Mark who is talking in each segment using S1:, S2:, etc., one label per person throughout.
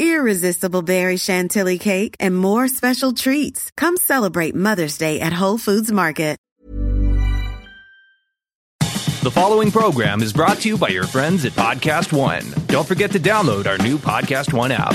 S1: irresistible berry chantilly cake, and more special treats. Come celebrate Mother's Day at Whole Foods Market.
S2: The following program is brought to you by your friends at Podcast One. Don't forget to download our new Podcast One app.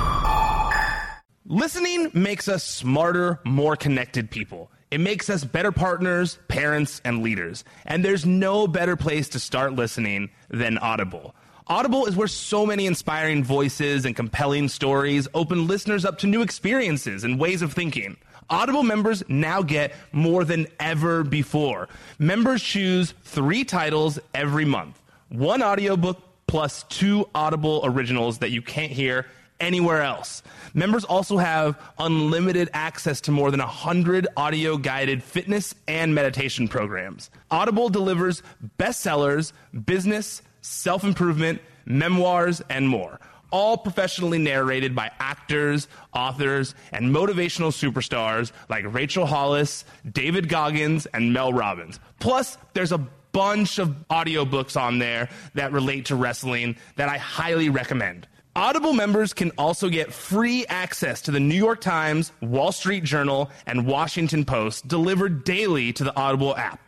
S3: Listening makes us smarter, more connected people. It makes us better partners, parents, and leaders. And there's no better place to start listening than Audible. Audible is where so many inspiring voices and compelling stories open listeners up to new experiences and ways of thinking. Audible members now get more than ever before. Members choose three titles every month one audiobook plus two Audible originals that you can't hear anywhere else. Members also have unlimited access to more than 100 audio guided fitness and meditation programs. Audible delivers bestsellers, business, self improvement, memoirs, and more. All professionally narrated by actors, authors, and motivational superstars like Rachel Hollis, David Goggins, and Mel Robbins. Plus, there's a bunch of audiobooks on there that relate to wrestling that I highly recommend. Audible members can also get free access to the New York Times, Wall Street Journal, and Washington Post delivered daily to the Audible app.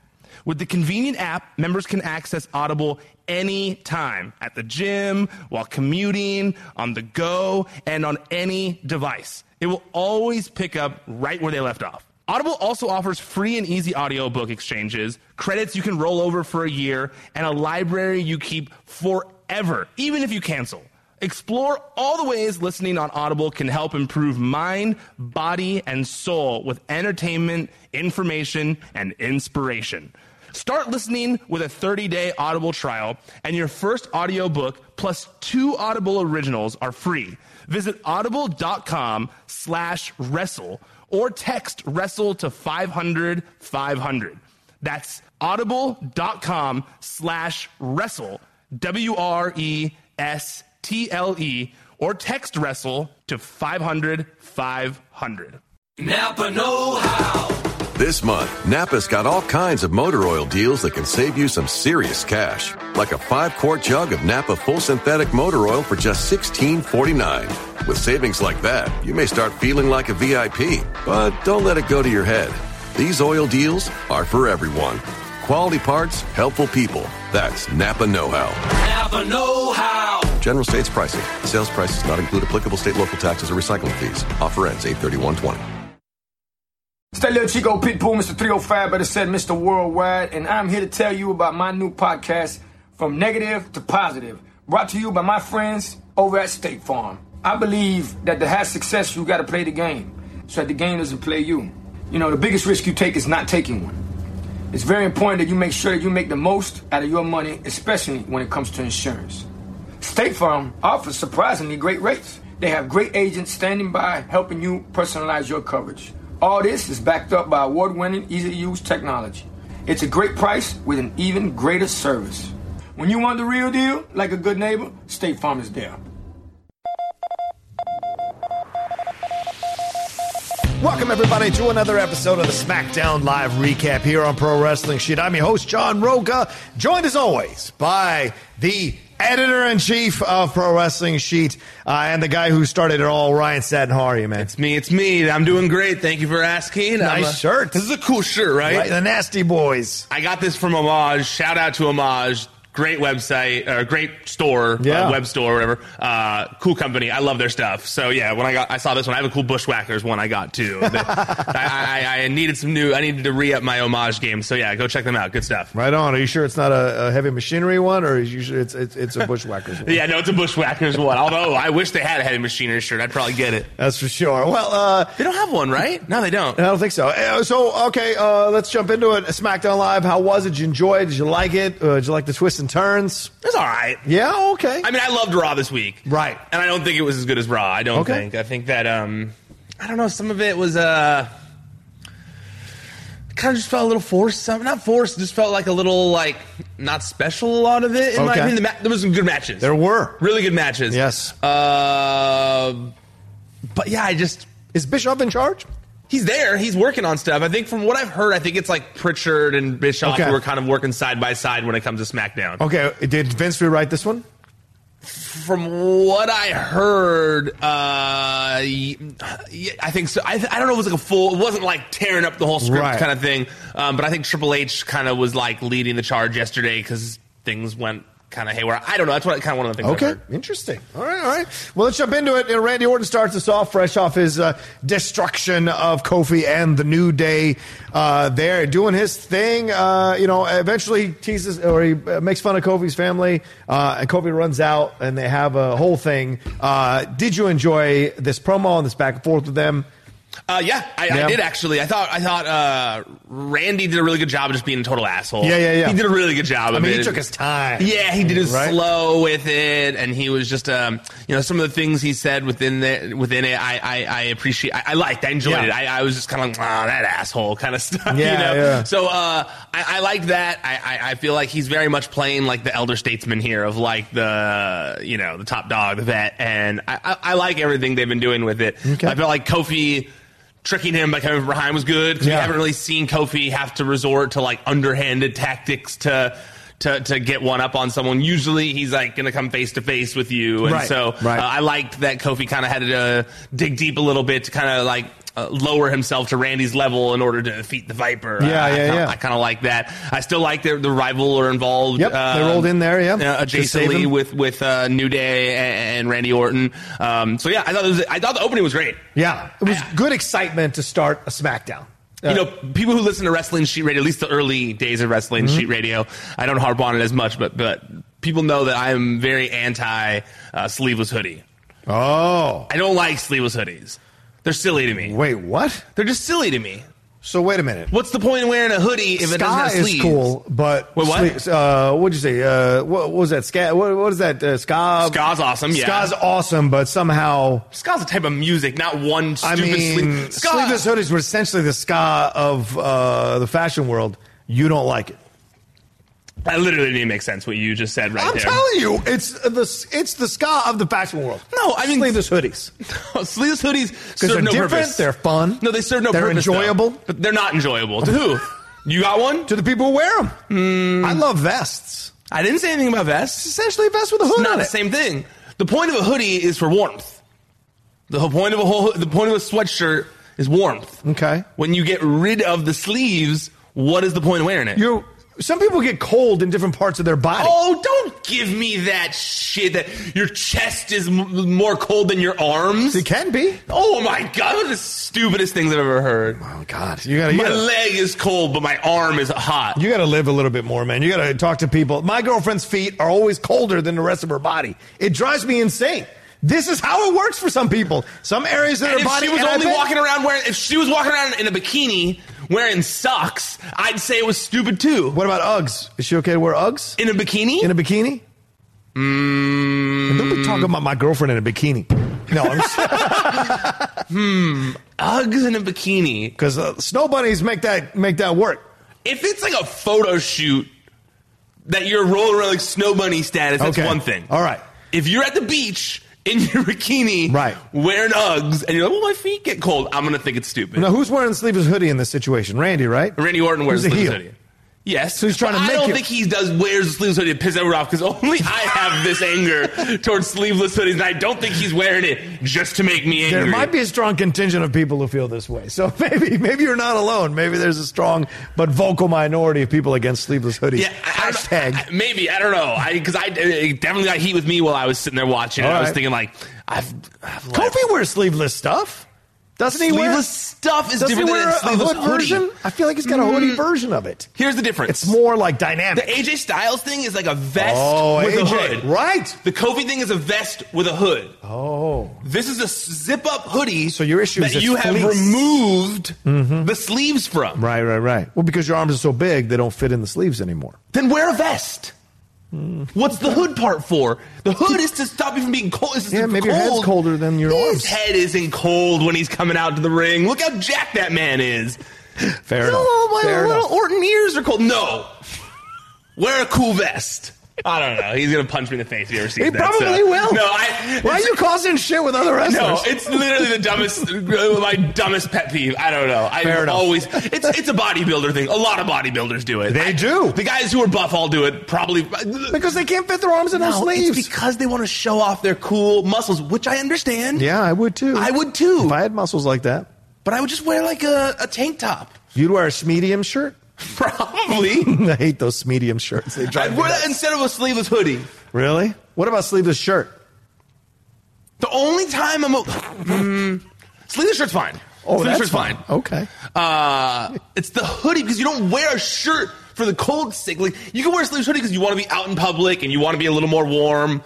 S3: With the convenient app, members can access Audible anytime at the gym, while commuting, on the go, and on any device. It will always pick up right where they left off. Audible also offers free and easy audiobook exchanges, credits you can roll over for a year, and a library you keep forever, even if you cancel. Explore all the ways listening on Audible can help improve mind, body, and soul with entertainment, information, and inspiration. Start listening with a 30-day Audible trial, and your first audiobook plus two Audible originals are free. Visit audible.com slash wrestle or text wrestle to 500 500. That's audible.com slash wrestle, W R E S T L E, or text wrestle to 500 500.
S4: Napa Know How.
S5: This month, Napa's got all kinds of motor oil deals that can save you some serious cash, like a five quart jug of Napa full synthetic motor oil for just $16.49. With savings like that, you may start feeling like a VIP, but don't let it go to your head. These oil deals are for everyone. Quality parts, helpful people. That's Napa Know How.
S4: Napa Know How.
S5: General States pricing. Sales prices not include applicable state local taxes or recycling fees. Offer ends 831.20.
S6: It's that little Chico Pitbull, Mr. 305, better said Mr. Worldwide, and I'm here to tell you about my new podcast, From Negative to Positive, brought to you by my friends over at State Farm. I believe that to have success, you got to play the game so that the game doesn't play you. You know, the biggest risk you take is not taking one. It's very important that you make sure that you make the most out of your money, especially when it comes to insurance. State Farm offers surprisingly great rates. They have great agents standing by helping you personalize your coverage. All this is backed up by award winning, easy to use technology. It's a great price with an even greater service. When you want the real deal, like a good neighbor, State Farm is there.
S7: Welcome, everybody, to another episode of the SmackDown Live Recap here on Pro Wrestling Sheet. I'm your host, John Roca, joined as always by the editor in chief of Pro Wrestling Sheet uh, and the guy who started it all, Ryan Satin. How are you, man? It's
S3: me. It's me. I'm doing great. Thank you for asking.
S7: Nice
S3: I'm a-
S7: shirt.
S3: This is a cool shirt, right?
S7: Right, the Nasty Boys.
S3: I got this from Homage. Shout out to Homage. Great website or great store,
S7: Yeah.
S3: uh, web store, whatever. Uh, cool company. I love their stuff. So yeah, when I got, I saw this one. I have a cool Bushwhackers one I got too. They- I, I, I needed some new. I needed to re up my Homage game. So yeah, go check them out. Good stuff.
S7: Right on. Are you sure it's not a, a heavy machinery one, or is you sure it's, it's it's a bushwhackers one?
S3: Yeah, no, it's a Bushwhackers one. Although I wish they had a Heavy Machinery shirt. I'd probably get it.
S7: That's for sure. Well, uh,
S3: they don't have one, right? No, they don't.
S7: I don't think so. Uh, So, okay, uh, let's jump into it. SmackDown Live. How was it? Did you enjoy it? Did you like it? Uh, did you like the twists and turns?
S3: It's all right.
S7: Yeah. Okay.
S3: I mean, I loved Raw this week,
S7: right?
S3: And I don't think it was as good as Raw. I don't
S7: Okay.
S3: think. I think that um, I don't know. Some of it was uh, kind of just felt a little forced. Some not forced, just felt like a little like not special. A lot of it, in my
S7: Okay.
S3: opinion. The ma- there was some good matches.
S7: There were.
S3: really good matches.
S7: Yes.
S3: Uh, but yeah, I just
S7: Is Bischoff in charge?
S3: he's there. He's working on stuff. I think from what I've heard, I think it's like Pritchard and Bischoff
S7: Okay.
S3: who are kind of working side by side when it comes to SmackDown.
S7: Okay. Did Vince rewrite this one?
S3: From what I heard, uh, y- y- I think so. I, th- I don't know if it was like a full, it wasn't like tearing up the whole script
S7: Right.
S3: kind of thing. Um, but I think Triple H kind of was like leading the charge yesterday because things went kind of haywire. I don't know. That's what kind of one of the things. I
S7: Okay,
S3: heard.
S7: interesting. All right, all right. Well, let's jump into it. Uh, Randy Orton starts us off fresh off his uh, destruction of Kofi and the New Day. Uh, there, doing his thing. Uh, you know, eventually he teases or he uh, makes fun of Kofi's family, uh, and Kofi runs out, and they have a whole thing. Uh, did you enjoy this promo and this back and forth with them?
S3: Uh, yeah, I,
S7: Yeah.
S3: I did actually. I thought I thought uh, Randy did a really good job of just being a total asshole.
S7: Yeah, yeah, yeah.
S3: He did a really good job.
S7: I
S3: of
S7: mean,
S3: it.
S7: he took his time.
S3: Yeah, he did it
S7: Right?
S3: slow with it, and he was just, um, you know, some of the things he said within the within it. I I, I appreciate. I, I liked. I enjoyed
S7: Yeah.
S3: it. I, I was just kind of like, ah, that asshole kind of stuff.
S7: Yeah,
S3: you know?
S7: yeah.
S3: So uh, I, I like that. I, I I feel like he's very much playing like the elder statesman here of like the you know the top dog, the vet, and I I, I like everything they've been doing with it.
S7: Okay.
S3: I feel like Kofi. Tricking him by coming from behind was good. 'cause
S7: Yeah.
S3: We haven't really seen Kofi have to resort to like underhanded tactics to to to get one up on someone. Usually, he's like going to come face to face with you, and
S7: Right,
S3: so
S7: right.
S3: Uh, I liked that Kofi kind of had to uh, dig deep a little bit to kind of like. Uh, lower himself to Randy's level in order to defeat the Viper.
S7: Yeah,
S3: I, I
S7: yeah,
S3: kinda,
S7: yeah.
S3: I kind of like that. I still like the, the rival are involved.
S7: Yep, they
S3: um,
S7: rolled in there, yeah,
S3: uh,
S7: to save
S3: adjacently
S7: him.
S3: with with uh, New Day and, and Randy Orton. Um, so yeah, I thought it was, I thought the opening was great.
S7: Yeah, it was good excitement to start a SmackDown.
S3: you know, people who listen to wrestling sheet radio, at least the early days of wrestling
S7: Mm-hmm.
S3: sheet radio, I don't harp on it as much, but but people know that I'm very anti uh, sleeveless hoodie.
S7: Oh,
S3: I don't like sleeveless hoodies. They're silly to me.
S7: wait, what?
S3: They're just silly to me.
S7: So wait a minute.
S3: What's the point in wearing a hoodie if it doesn't
S7: Ska
S3: have sleeves?
S7: is cool, but
S3: Wait, what?
S7: sleeves- uh, what'd you say? Uh, what, what was that? Ska? What, what is that? Uh, ska.
S3: Ska's awesome, yeah.
S7: Ska's awesome, but somehow
S3: Ska's a type of music, not one
S7: I
S3: stupid
S7: mean,
S3: sleeve. Ska-
S7: sleeveless hoodies were essentially the ska of uh, the fashion world. You don't like it.
S3: That literally didn't make sense what you just said right
S7: I'm
S3: there.
S7: telling you, it's the it's the ska of the fashion world.
S3: No, I mean
S7: sleeveless hoodies.
S3: sleeveless hoodies
S7: because
S3: serve
S7: they're
S3: no
S7: different.
S3: purpose.
S7: They're fun.
S3: No, they serve no
S7: They're
S3: purpose. though.
S7: enjoyable.
S3: But they're not enjoyable. To who? You got one?
S7: To the people who wear them.
S3: Hmm.
S7: I love vests.
S3: I didn't say anything about vests.
S7: It's essentially a vest with a hood
S3: It's not
S7: on
S3: the
S7: it.
S3: same thing. The point of a hoodie is for warmth. The whole point of a whole the point of a sweatshirt is warmth.
S7: Okay.
S3: When you get rid of the sleeves, what is the point of wearing it?
S7: You some people get cold in different parts of their body.
S3: Oh, don't give me that shit that your chest is m- more cold than your arms.
S7: It can be.
S3: Oh my god, one of the stupidest things I've ever heard.
S7: Oh God, you gotta. You
S3: my
S7: gotta
S3: leg is cold, but my arm is hot.
S7: you got to live a little bit more, man. You got to talk to people. My girlfriend's feet are always colder than the rest of her body. It drives me insane. This is how it works for some people. Some areas of
S3: and
S7: their
S3: if
S7: body.
S3: she was
S7: and I
S3: only
S7: bet-
S3: walking around wearing, if she was walking around in a bikini wearing socks, I'd say it was stupid too.
S7: What about Uggs? Is she okay to wear Uggs
S3: In a bikini?
S7: in a bikini? Mm. Don't be talking about my girlfriend in a bikini. No, I'm
S3: Uggs in a bikini.
S7: because uh, snow bunnies make that make that work.
S3: If it's like a photo shoot that you're rolling around like snow bunny status, that's
S7: Okay.
S3: one thing.
S7: All right.
S3: If you're at the beach in your bikini,
S7: Right.
S3: wearing Uggs, and you're like, "Well, my feet get cold," I'm gonna think it's stupid.
S7: Now, who's wearing the sleeveless hoodie in this situation? Randy, right?
S3: Randy Orton wears
S7: Who's the
S3: sleeves
S7: heel?
S3: hoodie. Yes,
S7: So he's trying to
S3: but
S7: make
S3: I don't
S7: you-
S3: think he does wears a sleeves hoodie to piss everyone off because only I have this anger towards sleeveless hoodies, and I don't think he's wearing it just to make me angry.
S7: There might be a strong contingent of people who feel this way. So maybe maybe you're not alone. Maybe there's a strong but vocal minority of people against sleeveless hoodies.
S3: Yeah, I- I don't know.
S7: Hashtag.
S3: I- maybe I don't know. I because I it definitely got heat with me while I was sitting there watching. it.
S7: All
S3: I was
S7: right.
S3: thinking like, I've, I've left.
S7: Kofi wears sleeveless stuff. Doesn't he wear
S3: Sleeveless stuff is
S7: doesn't
S3: different
S7: he wear
S3: than
S7: a-
S3: sleeveless
S7: a hood
S3: hoodie.
S7: version? I feel like he's got a hoodie
S3: Mm.
S7: version of it.
S3: Here's the difference.
S7: It's more like
S3: the
S7: dynamic.
S3: AJ Styles thing is like a vest
S7: Oh,
S3: with a
S7: AJ,
S3: hood,
S7: right.
S3: The Kofi thing is a vest with a hood.
S7: Oh,
S3: This is a zip up hoodie.
S7: So your issue
S3: that
S7: is it's
S3: you have
S7: fleece. Mm-hmm.
S3: removed the sleeves from.
S7: right, right, right. Well, because your arms are so big, they don't fit in the sleeves anymore.
S3: Then wear a vest.
S7: Mm.
S3: What's the hood part for? The hood is to stop you from being cold. It's just
S7: Yeah, maybe your head's
S3: cold.
S7: colder than your
S3: His
S7: arms.
S3: head isn't cold when he's coming out to the ring. Look how jacked that man is.
S7: Fair enough.
S3: Oh, my
S7: Fair
S3: little
S7: enough.
S3: Orton ears are cold. No, wear a cool vest. I don't know. He's gonna punch me in the face if he ever sees
S7: He
S3: that.
S7: probably
S3: so-
S7: will.
S3: No, I.
S7: Why are you causing shit with other wrestlers?
S3: No, it's literally the dumbest, my dumbest pet peeve. I don't know. I
S7: Fair enough.
S3: always it's it's a bodybuilder thing. A lot of bodybuilders do it.
S7: They
S3: I-
S7: do.
S3: The guys who are buff all do it. Probably
S7: because they can't fit their arms in those
S3: no,
S7: sleeves.
S3: it's because they want to show off their cool muscles, which I understand.
S7: yeah, I would too.
S3: I would too.
S7: If I had muscles like that,
S3: But I would just wear like a, a tank top,
S7: you'd wear a medium shirt.
S3: probably.
S7: I hate those medium shirts. They
S3: I'd
S7: drive me
S3: wear that
S7: nuts.
S3: instead of a sleeveless hoodie.
S7: Really? What about sleeveless shirt?
S3: The only time I'm a, Mm, sleeveless shirt's fine.
S7: Oh,
S3: sleeveless shirt's fine.
S7: Okay.
S3: Uh, it's the hoodie because you don't wear a shirt for the cold sick. Like you can wear a sleeveless hoodie because you want to be out in public and you want to be a little more warm.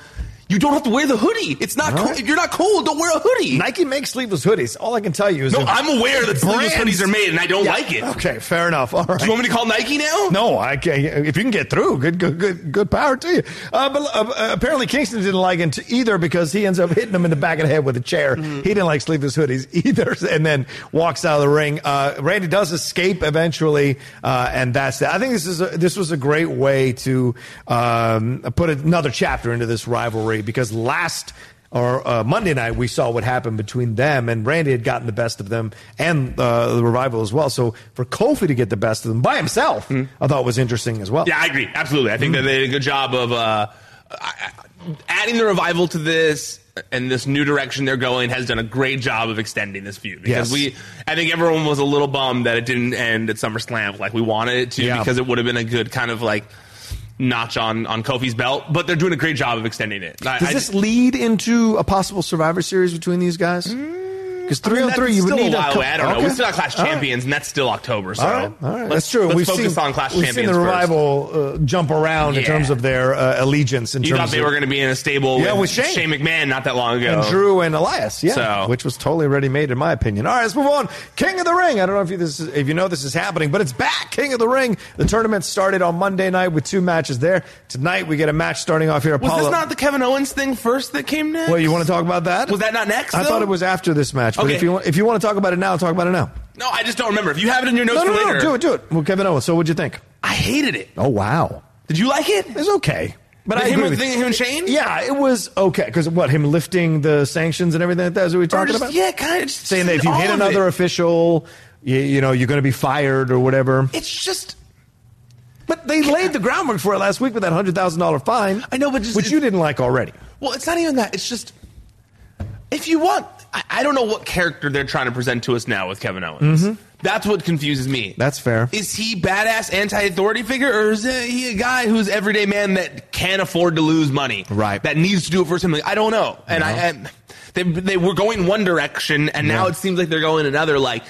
S3: You don't have to wear the hoodie. It's not
S7: All
S3: cold.
S7: right.
S3: if you're not cold. Don't wear a hoodie.
S7: Nike makes sleeveless hoodies. All I can tell you is
S3: no,
S7: if-
S3: I'm aware that sleeveless
S7: Brands-
S3: hoodies are made and I don't
S7: Yeah.
S3: like it.
S7: Okay, fair enough. All right.
S3: Do you want me to call Nike now?
S7: No, I can't. If you can get through, good, good, good, good power to you. Uh, but uh, apparently, Kingston didn't like it either because he ends up hitting him in the back of the head with a chair. He didn't like sleeveless hoodies either, and then walks out of the ring. Uh, Randy does escape eventually, uh, and that's that. I think this is a, this was a great way to um, put another chapter into this rivalry because last or uh, Monday night, we saw what happened between them, and Randy had gotten the best of them and uh, the revival as well. So for Kofi to get the best of them by himself, I thought was interesting as well.
S3: Hmm. Yeah, I agree. Absolutely. I think that they did a good job of uh, I- I- adding the revival to this and this new direction they're going has done a great job of extending this feud because we
S7: Yes.
S3: I think everyone was a little bummed that it didn't end at SummerSlam like we wanted it to
S7: Yeah.
S3: because it would have been a good kind of like notch on on Kofi's belt, but they're doing a great job of extending it. I-
S7: Does
S3: I-
S7: this lead into a possible Survivor Series between these guys? Because three on
S3: Hmm. that's
S7: three, you would
S3: still
S7: need
S3: a while
S7: cou-
S3: away. I don't know. We
S7: Okay.
S3: still got Clash
S7: All right.
S3: Champions, and that's still October. So
S7: All right, all right.
S3: Let's-
S7: that's true.
S3: Let's
S7: we've
S3: focus
S7: seen,
S3: on Clash
S7: we've
S3: Champions
S7: seen the
S3: first.
S7: revival uh, jump around in
S3: Yeah.
S7: terms of their uh, allegiance. In
S3: You
S7: terms
S3: thought they
S7: of,
S3: were going to be in a stable
S7: Yeah, with
S3: with,
S7: Shane.
S3: Shane McMahon not that long ago.
S7: and Drew and Elias, yeah,
S3: So-
S7: which was totally ready made in my opinion. All right, let's move on. King of the Ring. I don't know if you this is, if you know this is happening, but it's back. King of the Ring. The tournament started on Monday night with two matches there. Tonight we get a match starting off here.
S3: Was
S7: Apollo.
S3: this not the Kevin Owens thing first that came next?
S7: well, you want to talk about that?
S3: Was that not next,
S7: I thought
S3: though?
S7: it was after this match. But
S3: Okay.
S7: if you want, if you want to talk about it now, talk about it now.
S3: No, I just don't remember. If you have it in your notes
S7: no, no,
S3: for
S7: no,
S3: later,
S7: do it, do it. Well, Kevin Owens. So, what'd you think?
S3: I hated it.
S7: Oh wow,
S3: Did you like it? It
S7: was okay. But
S3: The
S7: I
S3: him
S7: agree
S3: with-
S7: with
S3: the- him and Shane?
S7: Yeah, it was okay because what him lifting the sanctions and everything like that is what we talking
S3: just-
S7: about.
S3: yeah, kind of just-
S7: saying that if you
S3: all
S7: hit
S3: of
S7: another
S3: it.
S7: official, you, you know you're going to be fired or whatever.
S3: It's just
S7: But they laid the groundwork for it last week with that hundred thousand dollar fine. I
S3: know, but just,
S7: which you didn't like already.
S3: Well, it's not even that. It's just if you want, I, I don't know what character they're trying to present to us now with Kevin Owens.
S7: Mhm.
S3: That's what confuses me.
S7: That's fair.
S3: Is he badass anti-authority figure, or is he a guy who's everyday man that can afford to lose money, right? That needs to do it for something. I don't know. And I, and they they were going one direction, and now
S7: Yeah.
S3: it seems like they're going another. Like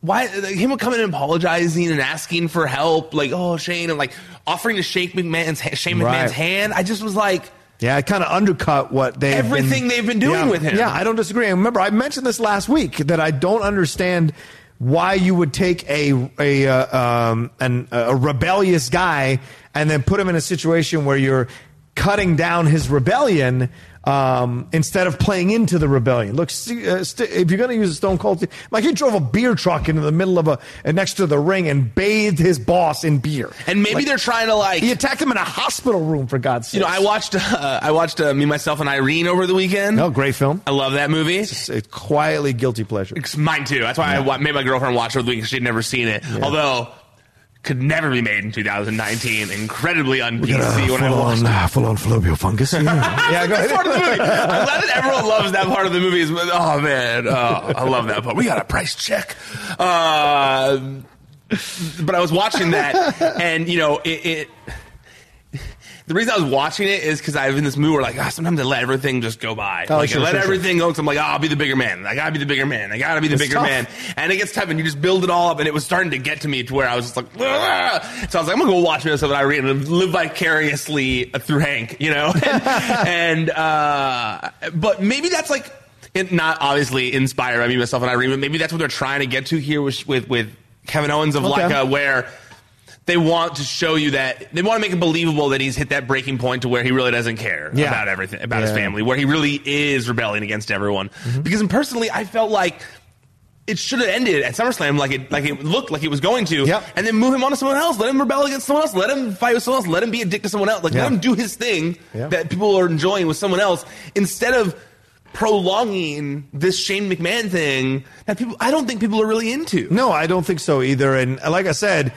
S3: why like, him coming and apologizing and asking for help, like oh Shane, and like offering to shake McMahon's ha- Shane McMahon's
S7: Right.
S3: hand. I just was like.
S7: Yeah, it kind of undercut what they
S3: Everything they've been doing
S7: Yeah.
S3: with him.
S7: Yeah, I don't disagree. And remember, I mentioned this last week that I don't understand why you would take a a uh, um, an, a rebellious guy and then put him in a situation where you're cutting down his rebellion um, instead of playing into the rebellion. Look, see, uh, st- if you're going to use a Stone Cold, like he drove a beer truck into the middle of a uh, next to the ring and bathed his boss in beer.
S3: And maybe
S7: Like,
S3: they're trying to like
S7: he attacked him in a hospital room for God's sake.
S3: You know, I watched uh, I watched uh, me myself and Irene over the weekend.
S7: No, Oh, great film.
S3: Mm-hmm. I love that movie.
S7: It's a quietly guilty pleasure.
S3: It's mine too. That's why I wa- made my girlfriend watch it over the weekend. She'd never seen it, although could never be made in 2019. Incredibly un PC when I watched. it.
S7: full on uh, fallopian fungus. Yeah, go ahead.
S3: Part of the movie. I'm glad that everyone loves that part of the movie. Is oh man, oh, I love that part. We got a price check. Uh, but I was watching that, and you know it. it the reason I was watching it is because I was in this mood where, like, ah, sometimes I let everything just go by.
S7: Oh,
S3: like,
S7: sure,
S3: I let
S7: sure, sure.
S3: everything go 'cause I'm like, ah, I'll be the bigger man. I gotta be the bigger man. I gotta be the
S7: It's
S3: bigger
S7: tough.
S3: man. And it gets tough, and you just build it all up, and it was starting to get to me to where I was just like, "Ugh." so I was like, I'm gonna go watch this and I read and live vicariously uh, through Hank, you know? and, uh, but maybe that's like, it, not obviously inspired by me, myself, and Irene, but maybe that's what they're trying to get to here with, with, with Kevin Owens of
S7: Okay.
S3: like a, where they want to show you that they want to make it believable that he's hit that breaking point to where he really doesn't care
S7: Yeah.
S3: about everything about his
S7: Yeah. Mm-hmm.
S3: family, where he really is rebelling against everyone. Because personally, I felt like it should have ended at SummerSlam, like it like it looked like it was going to, and then move him on to someone else. Let him rebel against someone else. Let him fight with someone else. Let him be a dick to someone else. Like
S7: Yeah.
S3: let him do his thing
S7: Yeah.
S3: that people are enjoying with someone else instead of prolonging this Shane McMahon thing that people I don't think people are really into.
S7: No, I don't think so either. And like I said,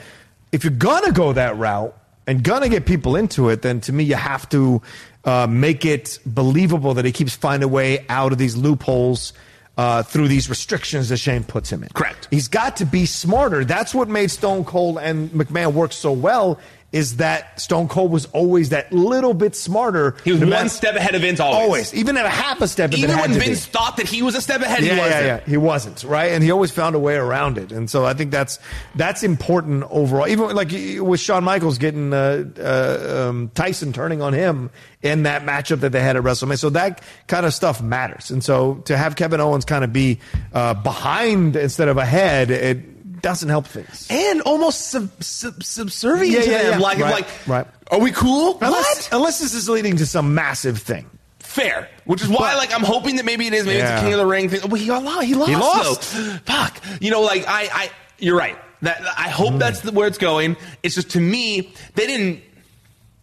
S7: if you're gonna go that route and gonna get people into it, then to me you have to uh, make it believable that he keeps finding a way out of these loopholes. Uh, through these restrictions that Shane puts him in. Correct. He's got to be smarter. That's what made Stone Cold and McMahon work so well. Is that Stone Cold was always that little bit smarter. He
S3: was one step ahead of Vince always.
S7: Always, even at a half a step.
S3: Even
S7: ahead
S3: when
S7: to be
S3: Vince thought that he was a step ahead,
S7: yeah,
S3: he wasn't.
S7: Yeah, yeah, he wasn't right, and he always found a way around it, and so I think that's that's important overall. Even like y- with Shawn Michaels getting uh, uh, um, Tyson turning on him in that matchup that they had at WrestleMania, so that kind of stuff matters, and so to have Kevin Owens kind of be uh, behind instead of ahead, it doesn't help things.
S3: and almost sub, sub, subservient
S7: Yeah,
S3: to
S7: yeah,
S3: them.
S7: yeah.
S3: Like,
S7: Right,
S3: like,
S7: right.
S3: are we cool?
S7: Unless,
S3: what?
S7: unless this is leading to some massive thing.
S3: Fair. Which is why, like, I'm hoping that maybe it is. Maybe it's
S7: Yeah.
S3: a King of the Ring thing. Well, he lost. He lost.
S7: He
S3: Though. Fuck. You know, like I, I, you're right. That I hope
S7: Hmm.
S3: that's the, where it's going. It's just to me, they didn't.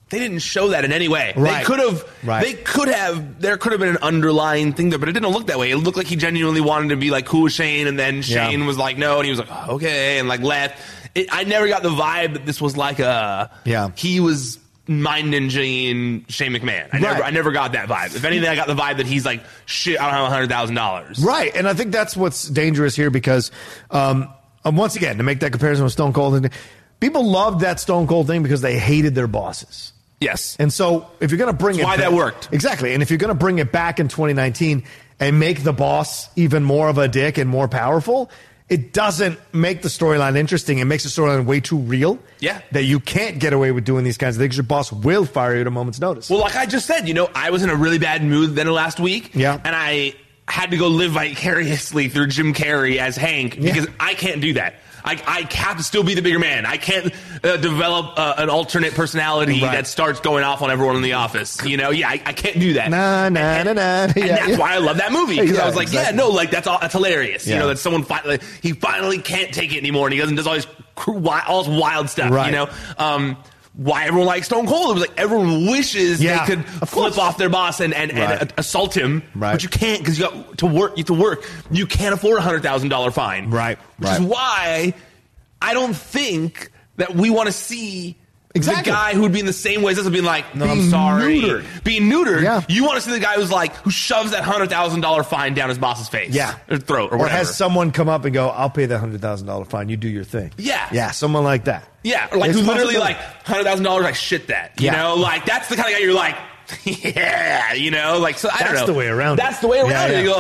S3: They didn't show that in any way.
S7: Right.
S3: They could have.
S7: Right.
S3: They could have. There could have been an underlying thing there, but it didn't look that way. It looked like he genuinely wanted to be like cool with Shane, and then
S7: Yeah.
S3: Shane was like no, and he was like "Oh, okay, and like left. It, I never got the vibe that this was like a.
S7: Yeah.
S3: He was mind ninjaing Shane McMahon. I never.
S7: Right.
S3: I never got that vibe. If anything, I got the vibe that he's like, shit, I don't have hundred thousand dollars.
S7: Right, and I think that's what's dangerous here because, um, um, once again, to make that comparison with Stone Cold, and people loved that Stone Cold thing because they hated their bosses.
S3: Yes.
S7: And so, if you're going to bring
S3: That's
S7: it,
S3: why
S7: back-
S3: that worked.
S7: exactly. And if you're going to bring it back in 2019 and make the boss even more of a dick and more powerful, it doesn't make the storyline interesting. It makes the storyline way too real.
S3: Yeah.
S7: that you can't get away with doing these kinds of things. Your boss will fire you at a moment's notice.
S3: Well, like I just said, you know, I was in a really bad mood then last week.
S7: Yeah.
S3: And I had to go live vicariously through Jim Carrey as Hank because I can't do that. I, I have to still be the bigger man. I can't uh, develop uh, an alternate personality
S7: Right.
S3: that starts going off on everyone in the office. You know, yeah, I, I can't do that.
S7: Na na na na.
S3: And
S7: Yeah,
S3: that's
S7: yeah.
S3: why I love that movie because
S7: Yeah,
S3: I was like,
S7: exactly.
S3: yeah, no, like that's all, that's hilarious. You
S7: Yeah.
S3: know, that someone fi- like, he finally can't take it anymore and he does and does all this cr- wi- all this wild stuff.
S7: Right.
S3: You know, um, why everyone likes Stone Cold. It was like everyone wishes
S7: Yeah,
S3: they could
S7: of
S3: flip
S7: course.
S3: off their boss and and, and
S7: Right.
S3: assault him,
S7: Right.
S3: but you can't because you got to work. You have to work. You can't afford a hundred thousand dollar fine, right? Which is
S7: Right.
S3: why I don't think that we want to see. The
S7: Exactly.
S3: guy who would be in the same way as us would be like, no, I'm
S7: Being
S3: sorry.
S7: neutered.
S3: Being neutered. You want to see the guy who's like, who shoves that $100,000 fine down his boss's face.
S7: Yeah.
S3: Or throat or,
S7: Or,
S3: whatever.
S7: has someone come up and go, I'll pay that $100,000 fine. You do your thing.
S3: Yeah.
S7: Yeah, someone like that.
S3: Yeah, or like
S7: It's
S3: who literally
S7: possible.
S3: like hundred thousand dollars, like shit that you
S7: Yeah.
S3: know, like that's the kind of guy you're like, yeah, you know, like so I don't
S7: That's
S3: know.
S7: the way around it.
S3: That's the way around
S7: Yeah,
S3: it.
S7: yeah.
S3: You go,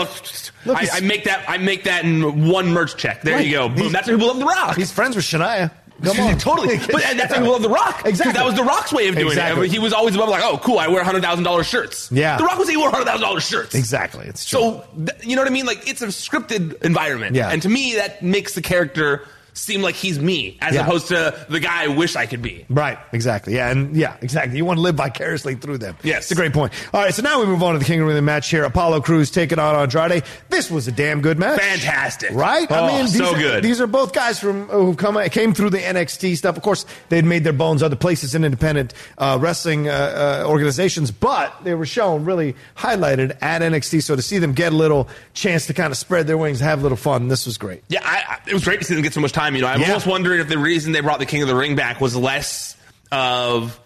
S7: Look,
S3: I,
S7: it's-
S3: I make that. I make that in one merch check. There
S7: Right.
S3: you go. Boom.
S7: He's-
S3: That's who love the Rock.
S7: He's friends with Shania. Come on.
S3: totally. But and that's who love the Rock. 'Cause
S7: Exactly.
S3: That was the Rock's way of doing
S7: Exactly.
S3: it. He was always above like, oh, cool. I wear hundred thousand dollars shirts.
S7: Yeah.
S3: The Rock was he wore hundred thousand dollars shirts.
S7: Exactly. It's true.
S3: So th- you know what I mean? Like it's a scripted environment,
S7: Yeah.
S3: and to me that makes the character seem like he's me, as
S7: Yeah.
S3: opposed to the guy I wish I could be.
S7: Right, exactly. Yeah, and yeah, exactly. You want to live vicariously through them.
S3: Yes.
S7: It's a great point. All right, so now we move on to the King of the Ring match here. Apollo Cruz taking on Andrade. This was a damn good match.
S3: Fantastic.
S7: Right?
S3: Oh,
S7: these
S3: so
S7: are,
S3: good.
S7: These are both guys from uh, who come came through the NXT stuff. Of course, they'd made their bones other places in independent uh, wrestling uh, uh, organizations, but they were shown really highlighted at NXT. So to see them get a little chance to kind of spread their wings, have a little fun, this was great.
S3: Yeah, I, I, it was great to see them get so much time. You know, I'm
S7: Yeah.
S3: almost wondering if the reason they brought the King of the Ring back was less of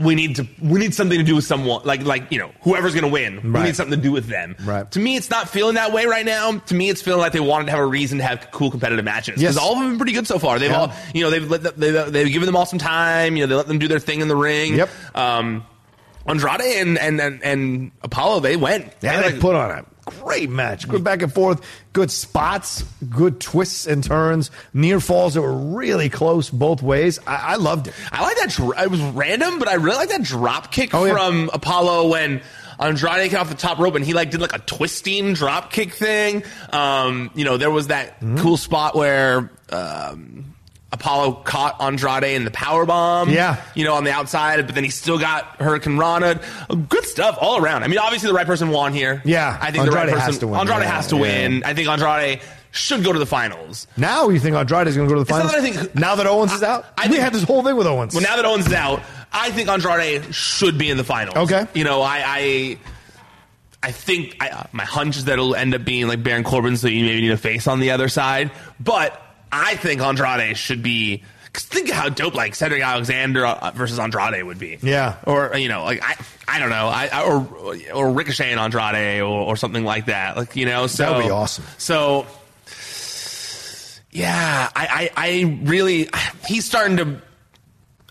S3: we need to we need something to do with someone like like you know whoever's going to win.
S7: Right.
S3: We need something to do with them.
S7: Right.
S3: To me, it's not feeling that way right now. To me, it's feeling like they wanted to have a reason to have cool competitive matches because
S7: Yes.
S3: all of them have been pretty good so far. They've
S7: Yeah.
S3: all you know they've let them, they they've given them all some time. You know, they let them do their thing in the ring.
S7: Yep.
S3: Um, Andrade and and and, and Apollo they went.
S7: Yeah,
S3: They
S7: they
S3: like-
S7: put on a great match. Good back and forth, good spots, good twists and turns, near falls that were really close both ways. I, I loved it.
S3: I like that. Dr- it was random, but I really like that drop kick
S7: Oh, yeah.
S3: from Apollo when Andrade came off the top rope and he like did like a twisting drop kick thing. Um, you know, there was that
S7: Mm-hmm.
S3: cool spot where um, Apollo caught Andrade in the power bomb.
S7: Yeah.
S3: you know, on the outside, but then he still got Hurricane Rana. Good stuff all around. I mean, obviously the right person won here.
S7: Yeah,
S3: I think the
S7: Andrade
S3: right
S7: has
S3: person.
S7: to win.
S3: Andrade
S7: Yeah,
S3: has to
S7: yeah.
S3: win. I think Andrade should go to the finals.
S7: Now you think Andrade is going to go to the
S3: It's not
S7: finals?
S3: that I think-
S7: now that Owens is out,
S3: I
S7: we
S3: think-
S7: had this whole thing with Owens.
S3: Well, now that Owens is out, I think Andrade should be in the finals.
S7: Okay.
S3: You know, I. I I think I, uh, my hunch is that it'll end up being like Baron Corbin, so you maybe need a face on the other side. But I think Andrade should be. Cause think of how dope like Cedric Alexander uh, versus Andrade would be.
S7: Yeah.
S3: Or you know, like I, I don't know, I, I or or Ricochet and Andrade or, or something like that. Like you know, so
S7: That would be awesome.
S3: So yeah, I I, I really he's starting to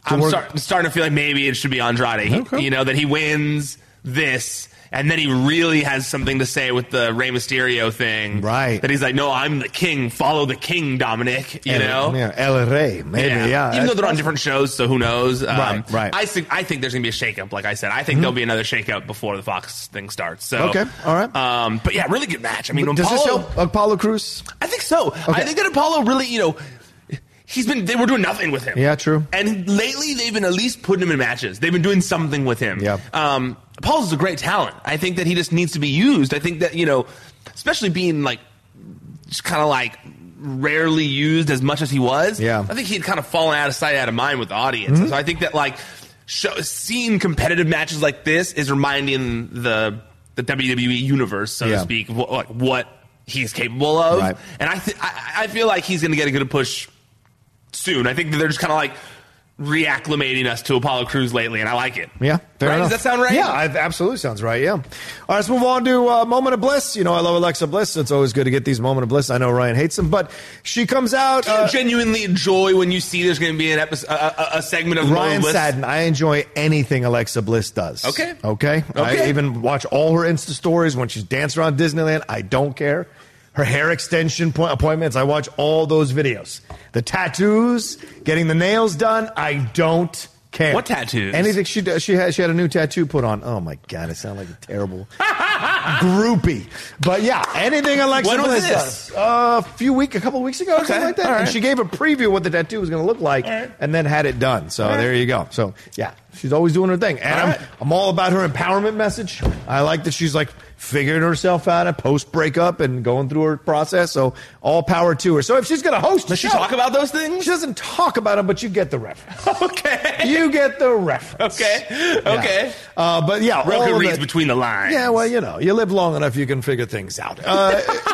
S3: I'm
S7: work-
S3: start, starting to feel like maybe it should be Andrade. He- You know that he wins this, and then he really has something to say with the Rey Mysterio thing,
S7: Right.
S3: That he's like, "No, I'm the king. Follow the king, Dominic." You
S7: El,
S3: know,
S7: yeah, El Rey, maybe, yeah.
S3: Even though they're
S7: that's
S3: on
S7: possible.
S3: different shows, so who knows? Um,
S7: Right, right. Hmm.
S3: I think I think there's gonna be a shakeup. Like I said, I think there'll be another shakeup before the Fox thing starts. So
S7: Okay, all right.
S3: Um, but yeah, really good match. I mean,
S7: Does this
S3: Apollo-
S7: help Apollo Cruz?
S3: I think so. I think that Apollo really, you know, he's been they were doing nothing with him.
S7: Yeah, true.
S3: And lately, they've been at least putting him in matches. They've been doing something with him.
S7: Yeah.
S3: Um, Apollo's a great talent. I think that he just needs to be used. I think that you know, especially being like just kind of like rarely used as much as he was.
S7: Yeah. Mm-hmm.
S3: I think he'd kind of fallen out of sight, out of mind with the audience. So I think that like show, seeing competitive matches like this is reminding the the WWE universe, so
S7: Yeah.
S3: to speak, wh- like what he's capable of.
S7: Right.
S3: And I, th- I I feel like he's going to get a good push soon. I think that they're just kind of like reacclimating us to Apollo Crews lately, and I like it.
S7: Yeah, fair
S3: right?
S7: enough.
S3: Does that sound right?
S7: Yeah, I, absolutely sounds right. Yeah. All right, let's move on to uh, moment of bliss. You know, I love Alexa Bliss. so It's always good to get these moment of bliss. I know Ryan hates them, but she comes out.
S3: Do you
S7: uh,
S3: genuinely enjoy when you see there's going to be an episode, a, a, a segment of
S7: Ryan
S3: Lone List?
S7: Sadden, I enjoy anything Alexa Bliss does.
S3: Okay.
S7: Okay. I
S3: Okay.
S7: even watch all her Insta stories when she's dancing around Disneyland. I don't care. Her hair extension po- appointments, I watch all those videos. The tattoos, getting the nails done, I don't care.
S3: What tattoos?
S7: Anything she does. She had, she had a new tattoo put on. Oh my God, I sound like a terrible groupie. But yeah, anything Alexa
S3: When was
S7: Bliss
S3: this?
S7: does. Uh, a few week, a couple weeks ago, or something like that.
S3: all
S7: And
S3: right.
S7: she gave a preview of what the tattoo was going to look like, and then had it done. So
S3: right.
S7: there you go. So yeah, she's always doing her thing, and I'm, I'm all about her empowerment message. I like that she's like figuring herself out at post breakup and going through her process. So all power to her. So if she's going to host, does
S3: she talk about those things?
S7: She doesn't talk about them, but you get the reference. okay, you get the reference.
S3: Okay,
S7: Yeah.
S3: okay.
S7: Uh, but yeah, all
S3: Rebecca
S7: of
S3: reads
S7: it-
S3: between the lines.
S7: yeah, well, you know, you live long enough, you can figure things out. Uh,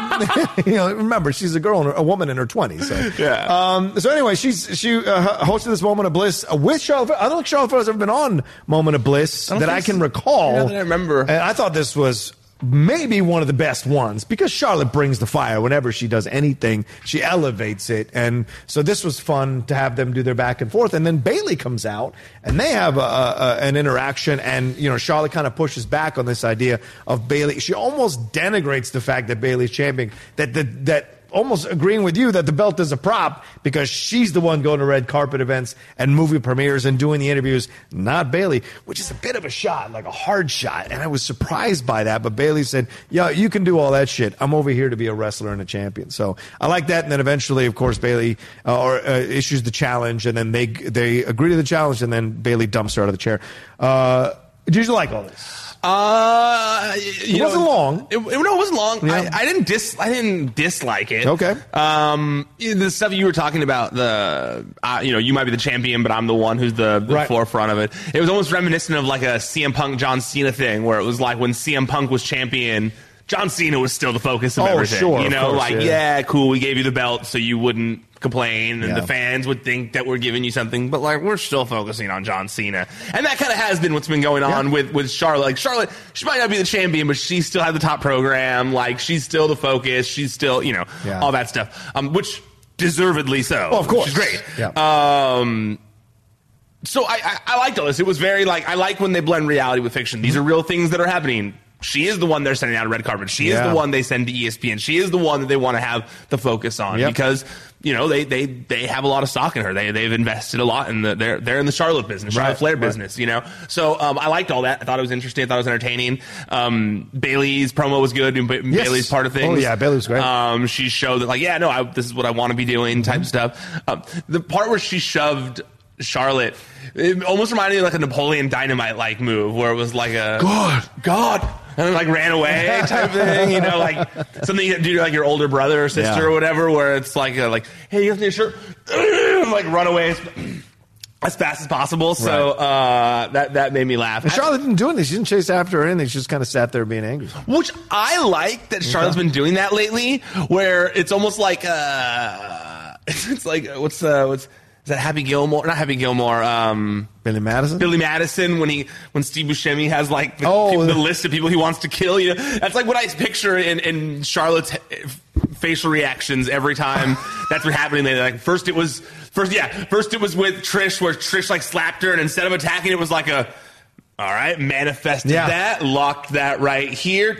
S7: you know, remember, she's a girl, in her, a woman in her twenties. So.
S3: Yeah.
S7: Um, so anyway, she's she uh, hosted this Moment of Bliss with Charlotte. Flair. I don't think Charlotte Flair has ever been on Moment of Bliss
S3: I don't
S7: that
S3: think
S7: I can
S3: so.
S7: recall.
S3: Yeah, that I remember.
S7: And I thought this was maybe one of the best ones because Charlotte brings the fire whenever she does anything. She elevates it, and so this was fun to have them do their back and forth. And then Bailey comes out, and they have a, a, an interaction, and you know Charlotte kind of pushes back on this idea of Bailey. She almost denigrates the fact that Bailey's champion. That that that. Almost agreeing with you that the belt is a prop because she's the one going to red carpet events and movie premieres and doing the interviews, not Bailey, which is a bit of a shot, like a hard shot. And I was surprised by that. But Bailey said, Yeah, you can do all that shit. I'm over here to be a wrestler and a champion. So I like that. And then eventually, of course, Bailey uh, or, uh, issues the challenge and then they, they agree to the challenge and then Bailey dumps her out of the chair. Uh, did you like all this?
S3: Uh, you
S7: It wasn't long.
S3: It, it- no, it wasn't long.
S7: Yeah.
S3: I, I didn't dis. I didn't dislike it.
S7: Okay.
S3: Um, you know, the stuff you were talking about, the uh, you know, you might be the champion, but I'm the one who's the, the
S7: Right.
S3: forefront of it. It was almost reminiscent of like a CM Punk John Cena thing, where it was like when CM Punk was champion. John Cena was still the focus of
S7: Oh,
S3: everything.
S7: sure,
S3: you
S7: of
S3: know,
S7: course,
S3: like,
S7: yeah.
S3: yeah, cool, we gave you the belt so you wouldn't complain and
S7: Yeah.
S3: the fans would think that we're giving you something, but like we're still focusing on John Cena. And that kind of has been what's been going on with with Charlotte. Like Charlotte, she might not be the champion, but she still had the top program. Like she's still the focus. She's still, you know,
S7: Yeah.
S3: all that stuff. Um which deservedly so.
S7: Oh, of course.
S3: She's great.
S7: Yeah.
S3: Um so I, I, I liked all this. It was very like I like when they blend reality with fiction. These are real things that are happening. She is the one they're sending out a red carpet. She
S7: Yeah.
S3: is the one they send to E ESPN. She is the one that they want to have the focus on
S7: Yep.
S3: because you know they, they they have a lot of stock in her. They they've invested a lot in the they're they're in the Charlotte business, Charlotte
S7: Right,
S3: Flair
S7: right.
S3: business. You know, so um, I liked all that. I thought it was interesting. I thought it was entertaining. Um, Bailey's promo was good. and Ba-
S7: Yes.
S3: Bailey's part of things.
S7: Oh, yeah, Bayley was great.
S3: Um, she showed that like yeah no I, this is what I want to be doing type stuff. Um, the part where she shoved Charlotte. It almost reminded me of like a Napoleon Dynamite like move where it was like a God, God, and then like ran away type thing, you know, like something you do to like your older brother or sister
S7: Yeah.
S3: or whatever, where it's like a, like hey, you have to your shirt, and, like run away as, as fast as possible. So uh, that that made me laugh.
S7: And Charlotte didn't do anything. She didn't chase after her or anything. She just kind of sat there being angry.
S3: Which I like that Charlotte's been doing that lately, where it's almost like uh, it's like what's uh, what's is that Happy Gilmore? Not Happy Gilmore. Um,
S7: Billy Madison?
S3: Billy Madison when he when Steve Buscemi has like the,
S7: Oh,
S3: people- the
S7: the-
S3: list of people he wants to kill. You know, that's like what I picture in in Charlotte's eh, facial reactions every time that's been happening. They like first it was first yeah first it was with Trish where Trish like slapped her and instead of attacking it was like a all right manifested
S7: Yeah.
S3: that locked that right here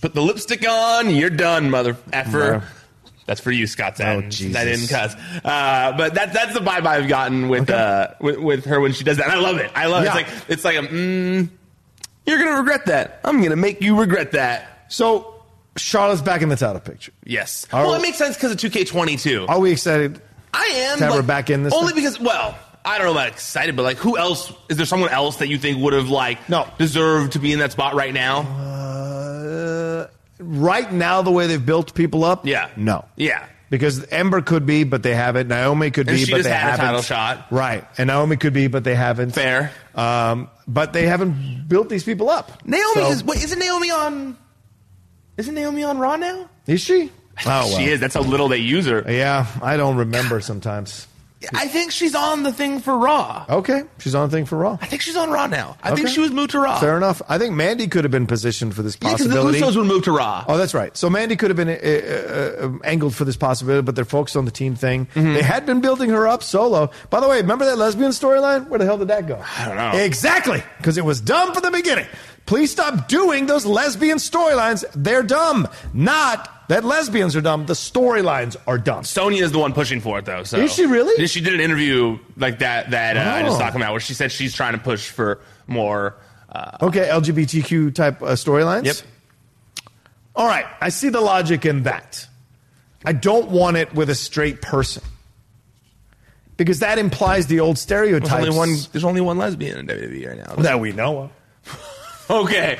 S3: put the lipstick on you're done mother effer.
S7: Yeah. Oh,
S3: That's for you, Scott. That,
S7: Jesus.
S3: that didn't cuss. Uh, but that, that's the vibe I've gotten with, uh, with with her when she does that. And I love it. I love
S7: Yeah.
S3: it. It's like it's like a, mm, you're gonna regret that. I'm gonna make you regret that.
S7: So Charlotte's back in the title picture.
S3: Yes.
S7: Are-
S3: well, it makes sense because of 2K22.
S7: Are we excited?
S3: I am
S7: to have her
S3: like,
S7: back in this
S3: only
S7: time?
S3: because well. I don't know about excited, but like, who else? Is there someone else that you think would have like
S7: No.
S3: deserved to be in that spot right now?
S7: Uh, right now, the way they've built people up,
S3: Yeah.
S7: no,
S3: Yeah.
S7: because Ember could be, but they haven't. Naomi could
S3: And
S7: be,
S3: she
S7: but
S3: just
S7: they
S3: had a
S7: haven't.
S3: title shot.
S7: right? And Naomi could be, but they haven't.
S3: Fair.
S7: um, but they haven't built these people up.
S3: Naomi
S7: So-
S3: is. Wait, isn't Naomi on? Isn't Naomi on Raw now?
S7: is she? Oh, well.
S3: She is. That's how little they use her.
S7: Yeah, I don't remember sometimes.
S3: I think she's on the thing for Raw.
S7: Okay, she's on thing for Raw.
S3: I think she's on Raw now. I think
S7: Okay.
S3: she was moved to Raw.
S7: Fair enough. I think Mandy could have been positioned for this
S3: Yeah, 'cause
S7: possibility.
S3: the Usos would move to Raw.
S7: Oh, that's right. So Mandy could have been uh, uh, uh, angled for this possibility, but they're focused on the team thing.
S3: Mm-hmm.
S7: They had been building her up solo. By the way, remember that lesbian storyline? Where the hell did that go? I
S3: don't know.
S7: Exactly, because it was dumb from the beginning. Please stop doing those lesbian storylines. They're dumb. Not that lesbians are dumb. The storylines are dumb.
S3: Sonya is the one pushing for it, though. So.
S7: Is she really?
S3: Yeah, She did an interview like that that uh, I
S7: Oh.
S3: just talked about, where she said she's trying to push for more uh,
S7: okay, LGBTQ type uh, storylines. Yep. All right, I see the logic in that. I don't want it with a straight person because that implies the old stereotypes.
S3: There's only one. There's only one lesbian in WWE right now.
S7: that we know of.
S3: Okay.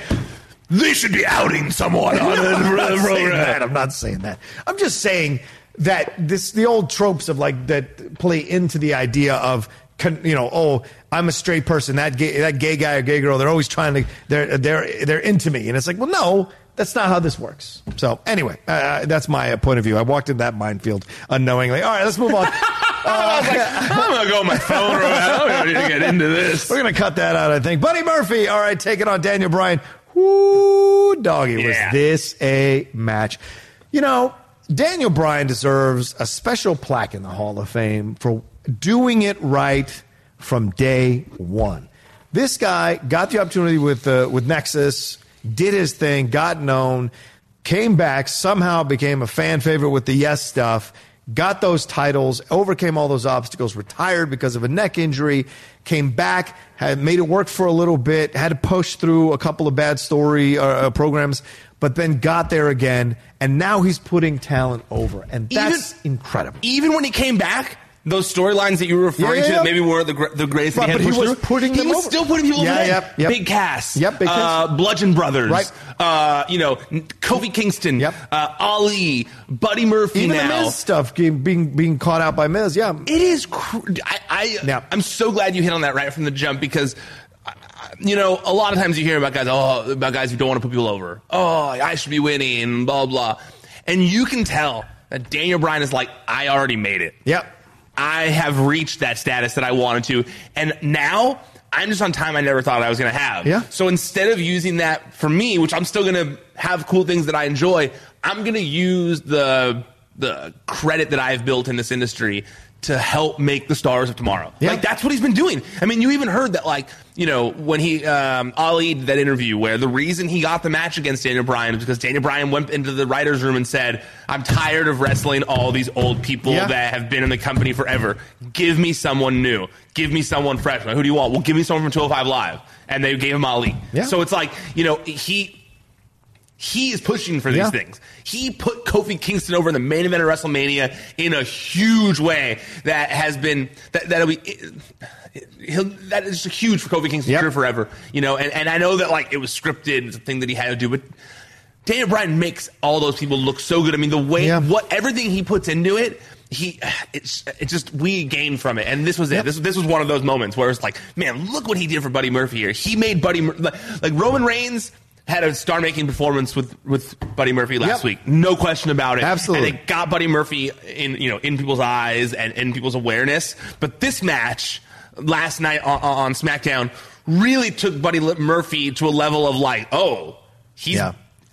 S3: They should be outing someone on the
S7: No, I'm not saying
S3: program.
S7: that. I'm not saying that. I'm just saying that this the old tropes of like that play into the idea of con- you know oh I'm a straight person that gay, that gay guy or gay girl they're always trying to they're they're they're into me and it's like well no that's not how this works so anyway uh, that's my uh, point of view I walked in that minefield unknowingly all right let's move on.
S3: I'm gonna go on my phone right now. I don't need to get into this.
S7: We're gonna cut that out, I think. Buddy Murphy, all right, taking on Daniel Bryan. Whoo, doggy,
S3: Yeah.
S7: was this a match? You know, Daniel Bryan deserves a special plaque in the Hall of Fame for doing it right from day one. This guy got the opportunity with uh, with Nexus, did his thing, got known, came back, somehow became a fan favorite with the yes stuff, got those titles, overcame all those obstacles, retired because of a neck injury, came back, had made it work for a little bit, had to push through a couple of bad story uh, uh, programs, but then got there again, and now he's putting talent over, and that's incredible.
S3: Even when he came back, those storylines that you were referring
S7: Yeah, yeah,
S3: to
S7: yeah.
S3: that maybe were the, gr- the greatest
S7: But-
S3: thing
S7: but he
S3: had pushed
S7: was
S3: through,
S7: putting
S3: he
S7: them
S3: was
S7: over.
S3: still putting people
S7: Yeah,
S3: over the
S7: yep,
S3: edge.
S7: yep.
S3: Big Cass.
S7: Yep, Big Cass.
S3: Uh, Bludgeon Brothers.
S7: Right.
S3: Uh, you know, Kofi Kingston. Uh, Ali. Buddy Murphy
S7: Even
S3: now.
S7: the Miz stuff being, being being caught out by Miz, yeah.
S3: It is. Cr- I, I I'm so glad you hit on that right from the jump because. uh, You know, a lot of times you hear about guys, oh, about guys who don't want to put people over. Oh, I should be winning, blah blah. And you can tell that Daniel Bryan is like, I already made it.
S7: Yep.
S3: I have reached that status that I wanted to, and now I'm just on time I never thought I was going to have.
S7: Yeah.
S3: So instead of using that for me, which I'm still going to have cool things that I enjoy, I'm going to use the the credit that I've built in this industry to help make the stars of tomorrow. Like that's what he's been doing. I mean, you even heard that like, you know, when he um Ali did that interview where the reason he got the match against Daniel Bryan is because Daniel Bryan went into the writers room and said, "I'm tired of wrestling all these old people
S7: Yeah.
S3: that have been in the company forever. Give me someone new. Give me someone fresh. Like, who do you want? Well, give me someone from 205 Live." And they gave him Ali.
S7: Yeah.
S3: So it's like, you know, he he is pushing for these
S7: Yeah.
S3: things. He put Kofi Kingston over in the main event of WrestleMania in a huge way that has been that that'll be he'll, that is huge for Kofi Kingston career forever. You know, and, and I know that like it was scripted and it's a thing that he had to do, but Daniel Bryan makes all those people look so good. I mean, the way what everything he puts into it. He, it's it's just we gain from it, and this was it. This this was one of those moments where it's like, man, look what he did for Buddy Murphy here. He made Buddy Mur- like, like Roman Reigns had a star-making performance with with Buddy Murphy last
S7: Yep.
S3: week, no question about it.
S7: Absolutely.
S3: and it got Buddy Murphy in you know in people's eyes and in people's awareness. But this match last night on, on SmackDown really took Buddy Li- Murphy to a level of like, oh, he's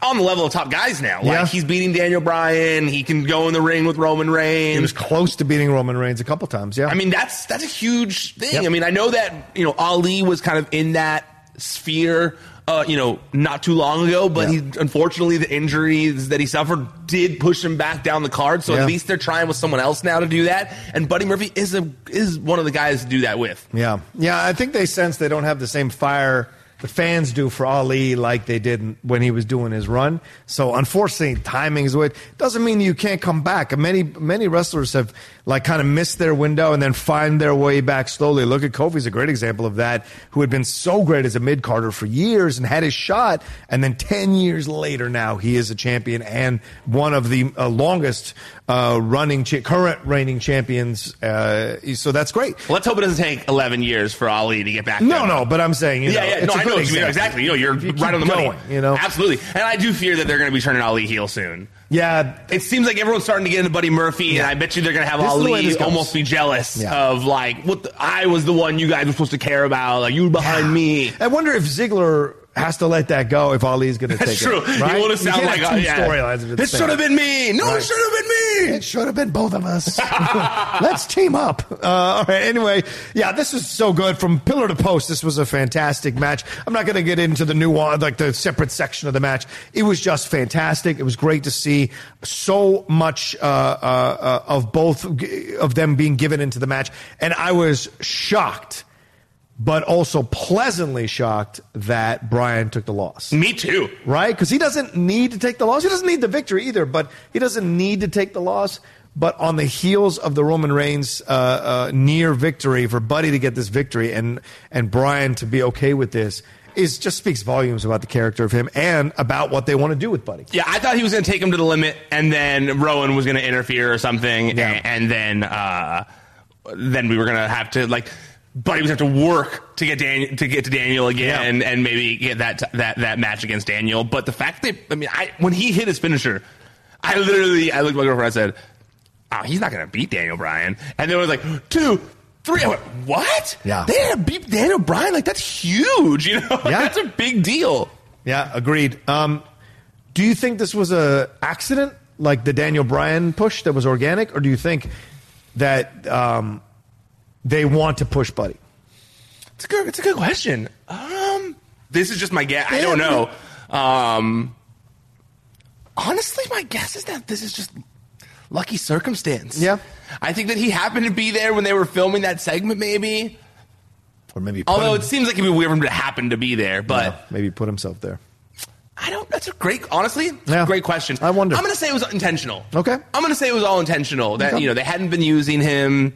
S3: on the level of top guys now. Like
S7: Yeah.
S3: he's beating Daniel Bryan. He can go in the ring with Roman Reigns.
S7: He was close to beating Roman Reigns a couple times, yeah.
S3: I mean, that's that's a huge thing.
S7: Yep.
S3: I mean, I know that you know Ali was kind of in that sphere, uh, you know, not too long ago. But he, unfortunately, the injuries that he suffered did push him back down the card. So
S7: Yeah.
S3: at least they're trying with someone else now to do that. And Buddy Murphy is a is one of the guys to do that with.
S7: Yeah. Yeah, I think they sense they don't have the same fire the fans do for Ali like they did when he was doing his run. So unfortunately, timing is what doesn't mean you can't come back. Many many wrestlers have like kind of missed their window and then find their way back slowly. Look at Kofi's a great example of that, who had been so great as a mid carder for years and had his shot, and then ten years later now he is a champion and one of the uh, longest uh, running cha- current reigning champions. Uh, so that's great.
S3: Let's hope it doesn't take eleven years for Ali to get back.
S7: No,
S3: there.
S7: no, but I'm saying, you
S3: yeah,
S7: know,
S3: yeah,
S7: it's
S3: no,
S7: a
S3: I
S7: good
S3: know what you mean.
S7: example.
S3: exactly. You know, you're
S7: If you
S3: right on the
S7: keep
S3: money.
S7: going, you know,
S3: absolutely. And I do fear that they're going to be turning Ali heel soon.
S7: yeah,
S3: It seems like everyone's starting to get into Buddy Murphy, and I bet you they're going to have
S7: This is the way
S3: Ali
S7: this goes.
S3: almost be jealous
S7: Yeah.
S3: of like, what the, I was the one you guys were supposed to care about. Like you were behind me.
S7: I wonder if Ziggler has to let that go if Ali's going to take
S3: That's true.
S7: it. right?
S3: You want to sound
S7: can't
S3: like uh,
S7: have two
S3: yeah.
S7: storylines. of the
S3: It
S7: same.
S3: should have been me. No,
S7: Right.
S3: it should have been me.
S7: It should have been both of us. Let's team up. Uh, all right. Anyway, yeah, this is so good from pillar to post. This was a fantastic match. I'm not going to get into the nuance, like the separate section of the match. It was just fantastic. It was great to see so much uh, uh, uh, of both of them being given into the match, and I was shocked but also pleasantly shocked that Brian took the loss.
S3: Me too.
S7: Right? Because he doesn't need to take the loss. He doesn't need the victory either, but he doesn't need to take the loss. But on the heels of the Roman Reigns uh, uh, near victory, for Buddy to get this victory and, and Brian to be okay with this, is just speaks volumes about the character of him and about what they want to do with Buddy.
S3: Yeah, I thought he was going to take him to the limit, and then Rowan was going to interfere or something, and, and then uh, then we were going to have to like Buddy was going to have to work to get Dan- to get to Daniel again, and, and maybe get that that that match against Daniel. But the fact that I mean, I when he hit his finisher, I literally I looked at my girlfriend, I said, "Oh, he's not going to beat Daniel Bryan," and then it was like two. Three. I went, what? Yeah. They had to beat Daniel Bryan. Like that's huge. You know, that's a big deal.
S7: Yeah, agreed. Um, do you think this was a accident, like the Daniel Bryan push that was organic, or do you think that um, they want to push Buddy?
S3: It's a good. It's a good question. Um, this is just my guess. I don't know. Um, honestly, my guess is that this is just lucky circumstance. Yeah, I think that he happened to be there when they were filming that segment, maybe.
S7: Or maybe put
S3: Although
S7: him-
S3: it seems like it'd be weird for him to happen to be there, but
S7: maybe put himself there.
S3: I don't. That's a great. Honestly, it's a great question. I wonder. I'm going to say it was intentional.
S7: Okay.
S3: I'm going to say it was all intentional. That
S7: Okay.
S3: you know they hadn't been using him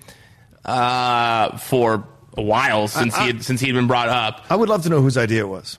S3: uh, for a while since he had, since he'd been brought up.
S7: I would love to know whose idea it was.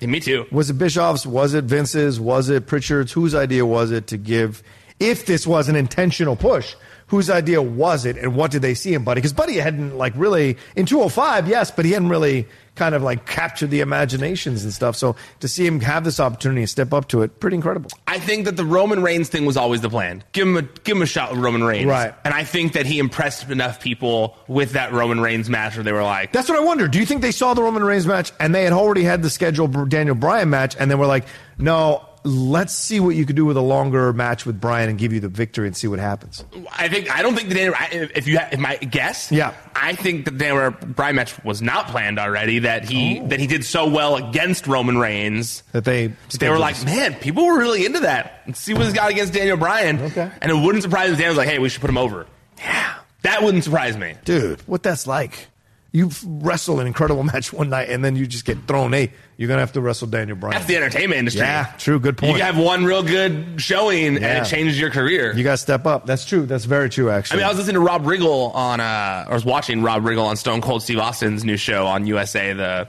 S3: Yeah, me too.
S7: Was it Bischoff's? Was it Vince's? Was it Pritchard's? Whose idea was it to give? If this was an intentional push, whose idea was it, and what did they see in Buddy? Because Buddy hadn't like really in 205, yes, but he hadn't really kind of like captured the imaginations and stuff. So to see him have this opportunity and step up to it, pretty incredible.
S3: I think that the Roman Reigns thing was always the plan. Give him a give him a shot with Roman Reigns,
S7: Right.
S3: And I think that he impressed enough people with that Roman Reigns match where they were like,
S7: That's what I wonder. Do you think they saw the Roman Reigns match and they had already had the scheduled Daniel Bryan match and they were like, no, let's see what you could do with a longer match with Bryan and give you the victory and see what happens?
S3: I think I don't think that Daniel. I- If you, ha- if my guess,
S7: Yeah.
S3: I think that Daniel Bryan match was not planned already. That he that he did so well against Roman Reigns
S7: That they
S3: that they were like, man, people were really into that. Let's see what he's got against Daniel Bryan. Okay, and it wouldn't surprise me if Daniel was like, hey, we should put him over. Yeah, that wouldn't surprise me.
S7: dude, what that's like. You wrestle an incredible match one night and then you just get thrown. Hey, you're gonna have to wrestle Daniel Bryan.
S3: That's the entertainment industry.
S7: Yeah, true. Good
S3: You
S7: point.
S3: have one real good showing,
S7: Yeah.
S3: and it changes your career.
S7: You got to step up. That's true. That's very true.
S3: I
S7: Actually,
S3: mean, I was listening to Rob Riggle on, uh, I was watching Rob Riggle on Stone Cold Steve Austin's new show on USA, the,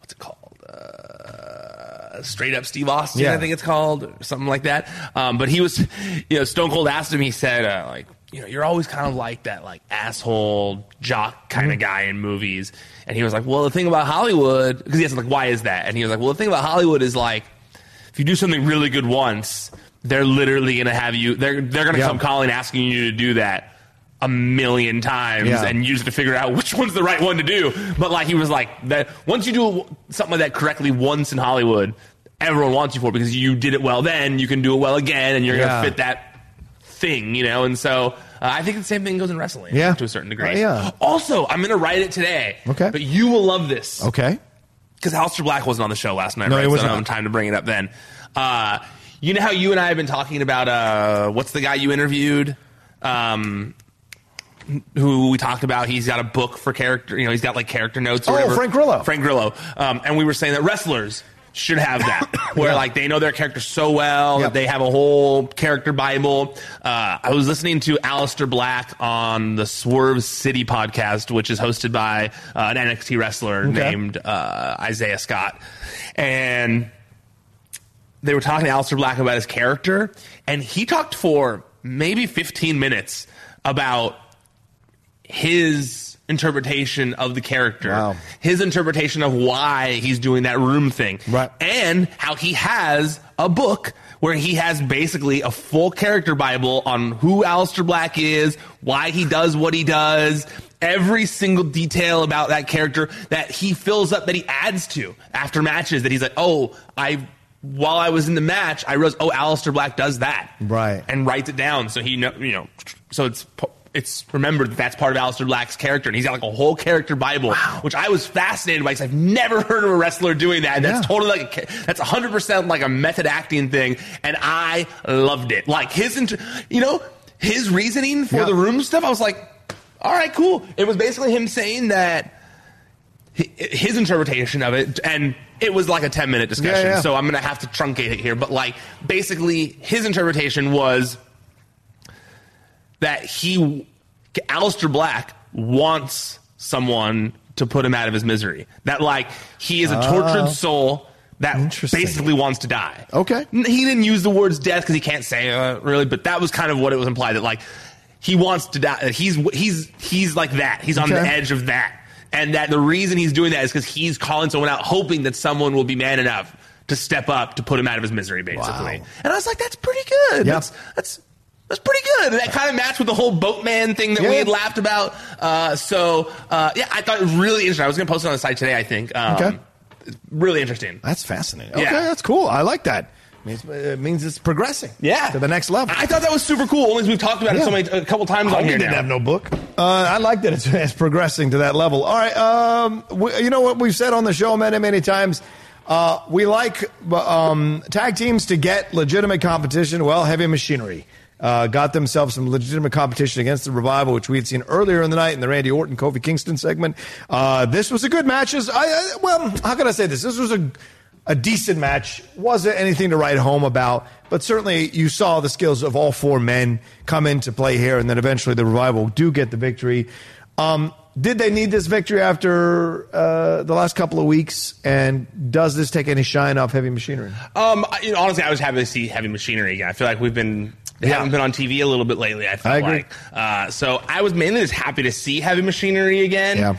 S3: what's it called? Uh, Straight Up Steve Austin,
S8: Yeah.
S3: I think it's called, or something like that. Um, but he was, you know, Stone Cold asked him, he said, uh, like, you know, you're always kind of like that, like, asshole jock kind
S7: Mm-hmm.
S3: of guy in movies. And he was like, well, the thing about Hollywood, because he asked, like, why is that? And he was like, well, the thing about Hollywood is, like, if you do something really good once, they're literally going to have you. They're they're going to
S7: Yeah.
S3: come calling asking you to do that a million times,
S7: Yeah.
S3: and you just have to figure out which one's the right one to do. But like he was like that. Once you do something like that correctly once in Hollywood, everyone wants you for it because you did it well. Then you can do it well again, and you're
S7: Yeah.
S3: going to fit that thing, you know. And so. Uh, I think the same thing goes in wrestling,
S7: Yeah.
S3: to a certain degree.
S7: Uh, yeah.
S3: Also, I'm going to write it today.
S7: Okay.
S3: but you will love this
S7: okay.
S3: because Alistair Black wasn't on the show last night.
S7: No,
S3: right?
S7: he was
S3: so I
S7: not.
S3: don't have time to bring it up then. Uh, you know how you and I have been talking about uh, what's the guy you interviewed, um, who we talked about. He's got a book for character. You know, he's got like character notes. Or
S7: Oh,
S3: whatever.
S7: Frank Grillo.
S3: Frank Grillo. Um, and we were saying that wrestlers should have that, where like they know their character so well, that they have a whole character bible. Uh, I was listening to Alistair Black on the Swerve City podcast, which is hosted by uh, an NXT wrestler
S7: Okay.
S3: named uh, Isaiah Scott, and they were talking to Alistair Black about his character, and he talked for maybe 15 minutes about his interpretation of the character, his interpretation of why he's doing that room thing, right. and how he has a book where he has basically a full character bible on who Alistair Black is, why he does what he does, every single detail about that character that he fills up that he adds to after matches that he's like, "Oh, I while I was in the match, I realized, oh, Alistair Black does that."
S7: Right.
S3: and writes it down so he know you know so it's it's remembered that that's part of Alistair Black's character and he's got like a whole character bible which I was fascinated by because I've never heard of a wrestler doing that and that's totally like a, ca- that's 100% like a method acting thing and I loved it like his int- you know his reasoning for the room stuff I was like all right cool it was basically him saying that hi- his interpretation of it, and it was like a ten minute discussion.
S7: Yeah, yeah.
S3: So I'm gonna have to truncate it here, but like basically his interpretation was that he, Alistair Black, wants someone to put him out of his misery. That like he is a tortured
S7: Ah.
S3: soul that basically wants to die.
S7: Okay.
S3: N- He didn't use the words death because he can't say uh, really, but that was kind of what it was implied that like he wants to die. That he's he's he's like that. He's on the
S7: Okay.
S3: edge of that, and that the reason he's doing that is because he's calling someone out, hoping that someone will be man enough to step up to put him out of his misery, basically. And I was like, that's pretty good. That's that's that's pretty good. And that kind of matched with the whole boatman thing that we had laughed about. Uh, so uh, yeah, I thought it was really interesting. I was going to post it on the site today. I think. Um,
S7: Okay.
S3: Really interesting.
S7: That's fascinating.
S3: Yeah.
S7: Okay, that's cool. I like that. Means, it means it's progressing.
S3: Yeah.
S7: To the next level.
S3: I thought that was super cool. Only 'cause we've talked about it so many a couple times on
S7: Hogan
S3: here
S7: didn't
S3: now.
S7: have no book. Uh, I like that it's, it's progressing to that level. All right. Um, we, you know what we've said on the show many, many times? Uh, we like um, tag teams to get legitimate competition. Well, Heavy Machinery uh, got themselves some legitimate competition against the Revival, which we had seen earlier in the night in the Randy Orton Kofi Kingston segment. Uh, this was a good match. This- I, I, well, how can I say this? This was a a decent match. Wasn't anything to write home about, but certainly you saw the skills of all four men come into play here, and then eventually the revival do get the victory. Um, did they need this victory after uh, the last couple of weeks? And does this take any shine off heavy machinery?
S3: Um, I- you know, honestly, I was happy to see Heavy Machinery again. I feel like we've been they haven't been on TV a little bit lately. I feel
S7: I agree.
S3: like uh, so. I was mainly just happy to see Heavy Machinery again.
S7: Yeah.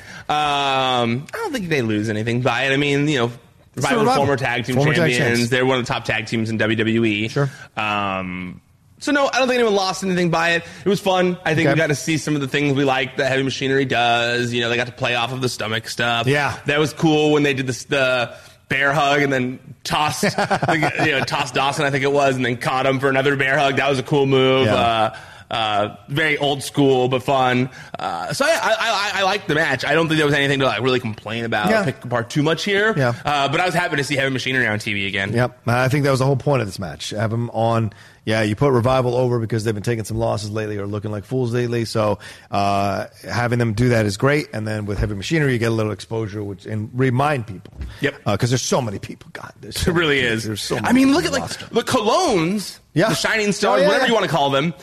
S3: Um, I don't think they lose anything by it. I mean, you know.
S7: It's
S3: Revival,
S7: Survivor.
S3: former tag team
S7: Former tag
S3: champions.
S7: champs.
S3: They're one of the top tag teams in WWE. Sure. Um, so no, I don't think anyone lost anything by it. It was fun. I think
S7: Okay.
S3: we got to see some of the things we like that Heavy Machinery does. You know, they got to play off of the stomach stuff.
S7: Yeah.
S3: that was cool when they did this, the bear hug and then tossed, you know, tossed Dawson, I think it was, and then caught him for another bear hug. That was a cool move.
S7: Yeah.
S3: Uh, uh, very old school, but fun. Uh, so I, I, I, I liked the match. I don't think there was anything to like really complain about,
S7: Yeah.
S3: pick apart too much here.
S7: Yeah.
S3: Uh, but I was happy to see Heavy Machinery on TV again.
S7: Yep, I think that was the whole point of this match. Have them on. Yeah, you put revival over because they've been taking some losses lately or looking like fools lately. So uh, having them do that is great. And then with heavy machinery, you get a little exposure, which and remind people.
S3: Yep.
S7: Because there's so many people. God, there's so
S3: It really
S7: many people.
S3: is.
S7: There's so.
S3: I mean, look at like the colognes,
S7: Yeah.
S3: the shining stars,
S7: Oh, yeah,
S3: whatever
S7: yeah.
S3: you want to call them.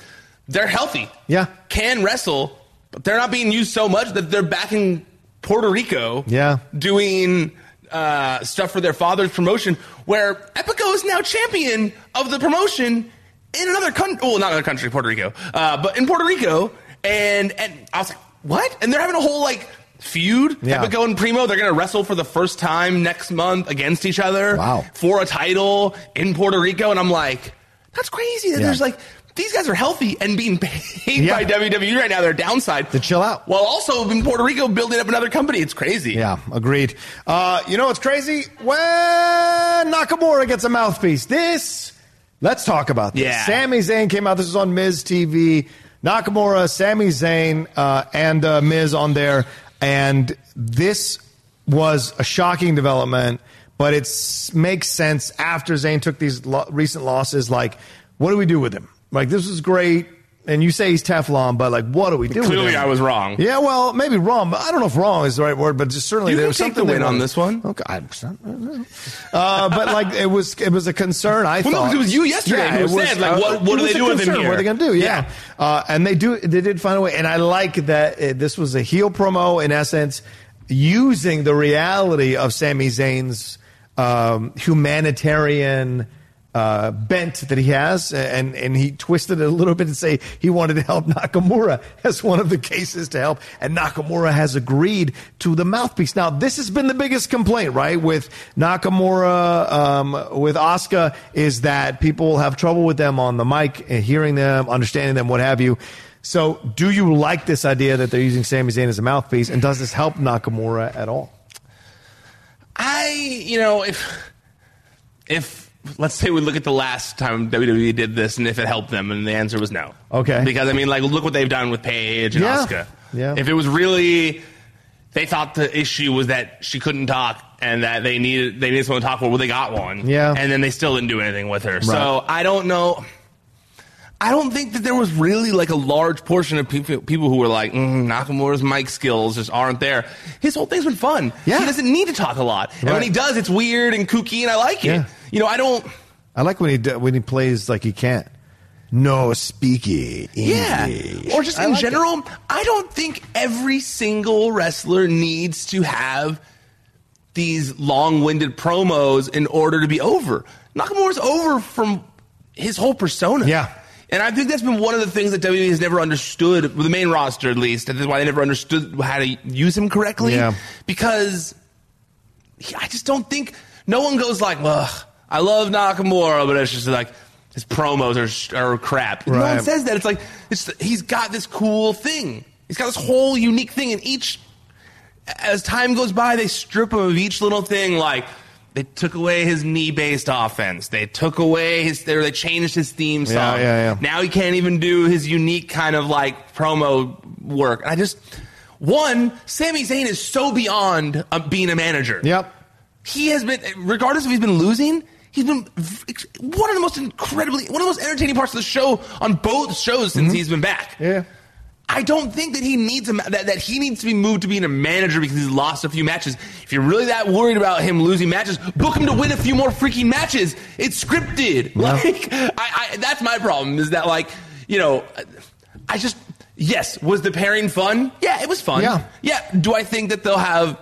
S3: They're healthy.
S7: Yeah.
S3: can wrestle, but they're not being used so much that they're back in Puerto Rico.
S7: Yeah.
S3: doing uh, stuff for their father's promotion. Where Epico is now champion of the promotion in another country. Well, not another country, Puerto Rico, uh, but in Puerto Rico. And and I was like, what? And they're having a whole like feud.
S7: Yeah.
S3: Epico and Primo, they're going to wrestle for the first time next month against each other
S7: Wow.
S3: for a title in Puerto Rico. And I'm like, that's crazy. That
S7: Yeah.
S3: There's like, these guys are healthy and being paid
S7: Yeah.
S3: by WWE right now. Their downside.
S7: To chill out.
S3: While also in Puerto Rico building up another company. It's crazy.
S7: Yeah, agreed. Uh, you know what's crazy? When Nakamura gets a mouthpiece, this. Let's talk about this.
S3: Yeah.
S7: Sami Zayn came out. This is on Miz TV. Nakamura, Sami Zayn, uh, and uh, Miz on there, and this was a shocking development. But it makes sense after Zayn took these lo- recent losses. Like, what do we do with him? Like, this is great, and you say he's Teflon, but like, what do we do? with
S3: Clearly,
S7: him?
S3: I was wrong.
S7: Yeah, well, maybe wrong. But I don't know if wrong is the right word, but just certainly
S3: You
S7: there
S3: can
S7: was
S3: take
S7: something
S3: the win
S7: there.
S3: on this one.
S7: Okay, I understand. Uh, but like it was, it was a concern. I
S3: Well, no,
S7: thought
S3: 'cause it was you yesterday
S7: Yeah,
S3: who
S7: it
S3: said, like, what- what
S7: it
S3: do
S7: was
S3: they
S7: a
S3: do with him
S7: concern. What
S3: here?
S7: are they going to do? Yeah, Uh, and they do. They did find a way, and I like that. uh this was a heel promo in essence, using the reality of Sami Zayn's um, humanitarian uh, bent that he has, and and he twisted it a little bit to say he wanted to help Nakamura as one of the cases to help, and Nakamura has agreed to the mouthpiece. Now this has been the biggest complaint, right, with Nakamura, um, with Asuka, is that people have trouble with them on the mic, uh, hearing them, understanding them, what have you. So, do you like this idea that they're using Sami Zayn as a mouthpiece, and does this help Nakamura at all?
S3: I, you know, if if let's say we look at the last time WWE did this and if it helped them, and the answer was no.
S7: Okay.
S3: Because I mean, like, look what they've done with Paige and
S7: Yeah.
S3: Asuka.
S7: Yeah.
S3: If it was really, they thought the issue was that she couldn't talk and that they needed they needed someone to talk for. Well, they got one.
S7: Yeah.
S3: And then they still didn't do anything with her. So I don't know. I don't think that there was really like a large portion of people people who were like mm, Nakamura's mic skills just aren't there. His whole thing's been fun. Yeah, he doesn't need to talk a lot, and when
S7: Right.
S3: he does, it's weird and kooky, and I like it.
S7: Yeah.
S3: You know, I don't.
S7: I like when he d- when he plays like he can't. No speaky.
S3: Yeah.
S7: English.
S3: Or just
S7: I
S3: in
S7: like it.
S3: general, I don't think every single wrestler needs to have these long-winded promos in order to be over. Nakamura's over from his whole persona. Yeah. And I think that's been one of the things that WWE has never understood, the main roster at least, and that's why they never understood how to use him correctly.
S7: Yeah.
S3: Because he- I just don't think no one goes like, "Well, I love Nakamura," but it's just like his promos are, sh- are crap. No one
S7: Right.
S3: says that. It's like it's, he's got this cool thing. He's got this whole unique thing, and each as time goes by, they strip him of each little thing. Like they took away his knee-based offense. They took away his. They, they changed his theme
S7: Yeah,
S3: song.
S7: yeah, yeah.
S3: Now he can't even do his unique kind of like promo work. And I just one, Sami Zayn is so beyond uh, being a manager.
S7: Yep.
S3: He has been, regardless if he's been losing, he's been v- ex- one of the most incredibly, one of the most entertaining parts of the show on both shows since he's been back.
S7: Yeah.
S3: I don't think that he needs a, ma- that, that he needs to be moved to being a manager because he's lost a few matches. If you're really that worried about him losing matches, book him to win a few more freaking matches. It's scripted. Like I, I, that's my problem is that like you know, I just yes was the pairing fun? Yeah, it was fun.
S7: Yeah.
S3: yeah. Do I think that they'll have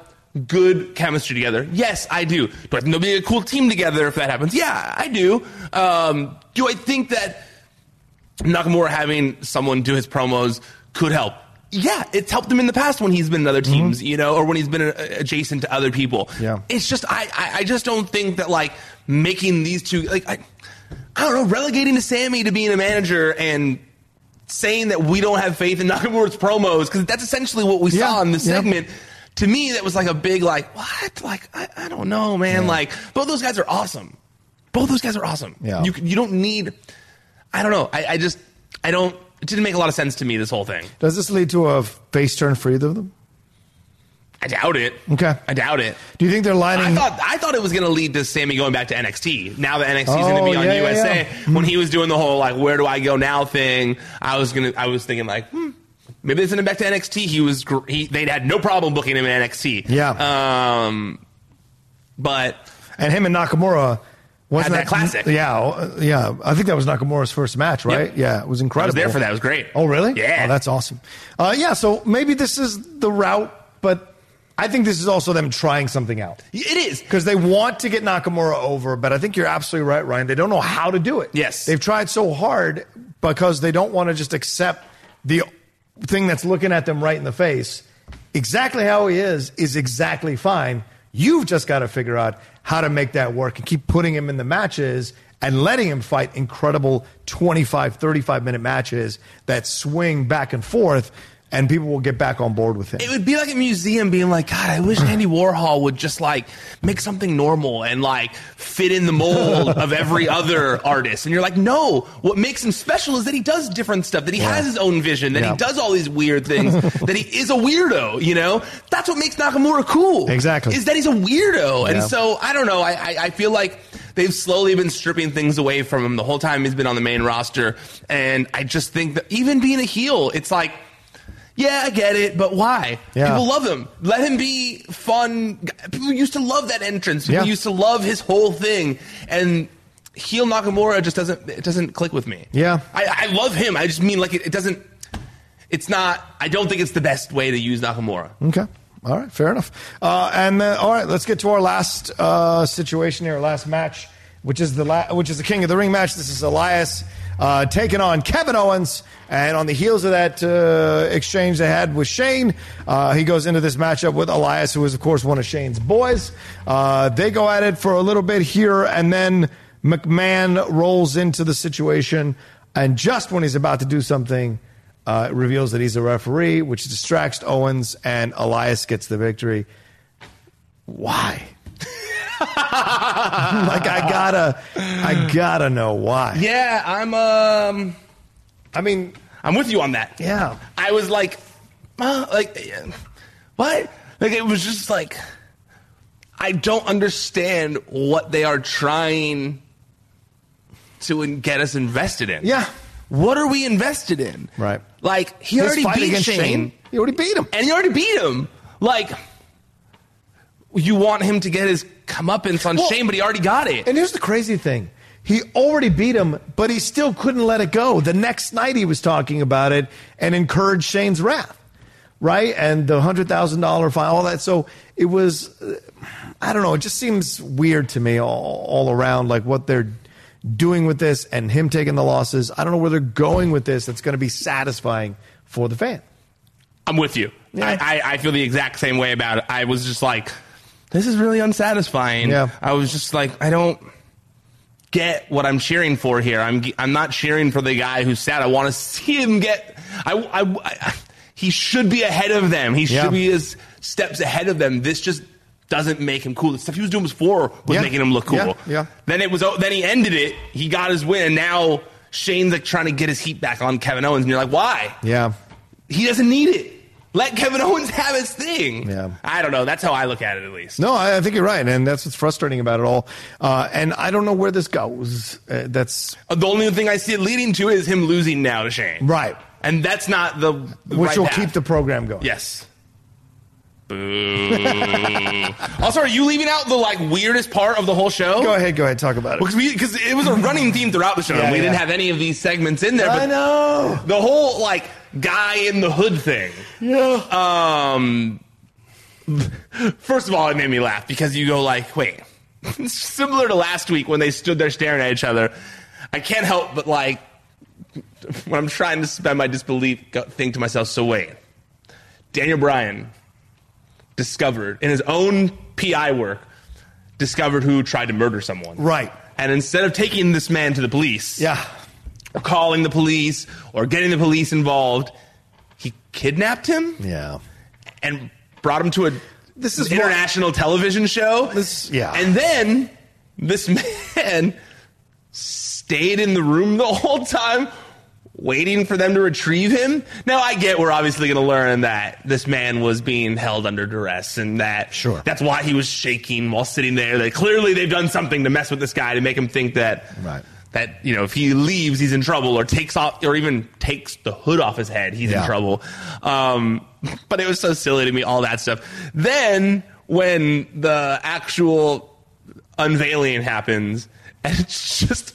S3: good chemistry together? Yes, I do. Do I think they'll be a cool team together if that happens? Yeah, I do. Um, do I think that? Nakamura having someone do his promos could help. Yeah, it's helped him in the past when he's been in other teams, you know, or when he's been uh, adjacent to other people.
S7: Mm-hmm. Yeah.
S3: It's just I, I I just don't think that like making these two like I I don't know relegating to Sammy to being a manager and saying that we don't have faith in Nakamura's promos because that's essentially what we saw in this
S7: yeah.
S3: segment. To me, that was like a big like what like I, I don't know man like both those guys are awesome. Both those guys are awesome.
S7: Yeah.
S3: You c- you don't need I don't know. I, I just I don't. It didn't make a lot of sense to me. This whole thing.
S7: Does this lead to a face turn for either of them?
S3: I doubt it.
S7: Okay.
S3: I doubt it.
S7: Do you think they're lining?
S3: I thought I thought it was going to lead to Sammy going back to NXT. Now that NXT is going to be
S7: Oh,
S3: on
S7: yeah, yeah,
S3: USA,
S7: yeah.
S3: when he was doing the whole like where do I go now thing, I was gonna I was thinking like hmm, maybe they send him back to NXT. He was gr- he, they'd had no problem booking him in NXT. Yeah. Um, but
S7: and him and Nakamura. Wasn't
S3: Had that classic.
S7: Yeah, uh, yeah. I think that was Nakamura's first match, right?
S3: Yep.
S7: Yeah, it was incredible.
S3: I was there for that. It was great.
S7: Oh, really?
S3: Yeah.
S7: Oh, that's awesome. Uh, yeah, so maybe this is the route, but I think this is also them trying something out.
S3: It is.
S7: Because they want to get Nakamura over, but I think you're absolutely right, Ryan. They don't know how to do it. Yes. They've tried so hard because they don't want to just accept the thing that's looking at them right in the face. Exactly how he is, is exactly fine. You've just got to figure out how to make that work and keep putting him in the matches and letting him fight incredible 25, 35 minute matches that swing back and forth, and people will get back on board with him.
S3: It would be like a museum being like, God, I wish Andy Warhol would just like make something normal and like fit in the mold of every other artist. And you're like, no, what makes him special is that he does different stuff, that he has his own vision, that
S7: Yeah.
S3: he does all these weird things, that he is a weirdo, you know? That's what makes Nakamura cool.
S7: Exactly.
S3: Is that he's a weirdo. And
S7: Yeah.
S3: so I don't know. I, I, I feel like they've slowly been stripping things away from him the whole time he's been on the main roster. And I just think that even being a heel, it's like, yeah, I get it, but why?
S7: Yeah.
S3: People love him. Let him be fun. People used to love that entrance. People
S7: Yeah.
S3: used to love his whole thing. And heel Nakamura just doesn't it doesn't click with me.
S7: Yeah.
S3: I, I love him. I just mean like it, it doesn't. It's not. I don't think it's the best way to use Nakamura.
S7: Okay. All right. Fair enough. Uh, and then, all right, let's get to our last uh, situation here, last match, which is the la- which is the King of the Ring match. This is Elias uh, taking on Kevin Owens, and on the heels of that uh, exchange they had with Shane, uh, he goes into this matchup with Elias, who is of course one of Shane's boys. Uh, they go at it for a little bit here, and then McMahon rolls into the situation, and just when he's about to do something uh, it reveals that he's a referee, which distracts Owens, and Elias gets the victory. Why? like I gotta, I gotta know why.
S3: Yeah, I'm. Um,
S7: I mean,
S3: I'm with you on that.
S7: Yeah.
S3: I was like, huh? like, eh, what? Like, it was just like, I don't understand what they are trying to in- get us invested in.
S7: Yeah.
S3: what are we invested in?
S7: Right.
S3: Like he
S7: His
S3: already
S7: fight
S3: beat
S7: against
S3: Shane.
S7: Shane, He already beat him.
S3: And he already beat him. Like you want him to get his comeuppance on
S7: Well,
S3: Shane, but he already got it.
S7: And here's the crazy thing. He already beat him, but he still couldn't let it go. The next night he was talking about it and encouraged Shane's wrath, right? And the $100,000 fine, all that. So it was, uh, I don't know, it just seems weird to me all, all around, like what they're doing with this and him taking the losses. I don't know where they're going with this that's going to be satisfying for the fan.
S3: I'm with you. I, I, I feel the exact same way about it. I was just like, this is really unsatisfying.
S7: Yeah.
S3: I was just like, I don't get what I'm cheering for here. I'm I'm not cheering for the guy who's sad. I want to see him get. I, I, I- he should be ahead of them. He
S7: Yeah.
S3: should be his steps ahead of them. This just doesn't make him cool. The stuff he was doing before was
S7: Yeah.
S3: making him look cool.
S7: Yeah, yeah.
S3: Then it was. oh, Then he ended it. He got his win, and now Shane's like trying to get his heat back on Kevin Owens, and you're like, why?
S7: Yeah.
S3: He doesn't need it. Let Kevin Owens have his thing.
S7: Yeah.
S3: I don't know. That's how I look at it, at least.
S7: No, I, I think you're right. And that's what's frustrating about it all. Uh, and I don't know where this goes. Uh, that's
S3: Uh, The only thing I see it leading to is him losing now to Shane.
S7: right.
S3: And that's not the, the
S7: Which
S3: right
S7: will
S3: path.
S7: keep the program going.
S3: Yes. also, are you leaving out the like weirdest part of the whole show?
S7: Go ahead, go ahead, talk about it.
S3: Because we because it was a running theme throughout the show.
S7: Yeah,
S3: and we didn't
S7: yeah.
S3: have any of these segments in there. But
S7: I know.
S3: the whole like guy in the hood thing.
S7: Uh,
S3: Yeah. Um. First of all, it made me laugh because you go like, wait, similar to last week when they stood there staring at each other. I can't help but like when I'm trying to suspend my disbelief, go- think to myself, so wait, Daniel Bryan discovered in his own PI work discovered who tried to murder someone.
S7: Right.
S3: And instead of taking this man to the police,
S7: Yeah.
S3: or calling the police or getting the police involved. He kidnapped him
S7: Yeah.
S3: and brought him to a
S7: This is
S3: international television show.
S7: This- yeah.
S3: And then this man stayed in the room the whole time waiting for them to retrieve him. Now I get we're obviously going to learn that this man was being held under duress and that
S7: Sure.
S3: that's why he was shaking while sitting there. That clearly they've done something to mess with this guy to make him think that
S7: Right.
S3: that you know if he leaves he's in trouble or takes off or even takes the hood off his head he's
S7: Yeah.
S3: in trouble um, but it was so silly to me all that stuff then when the actual unveiling happens and it's just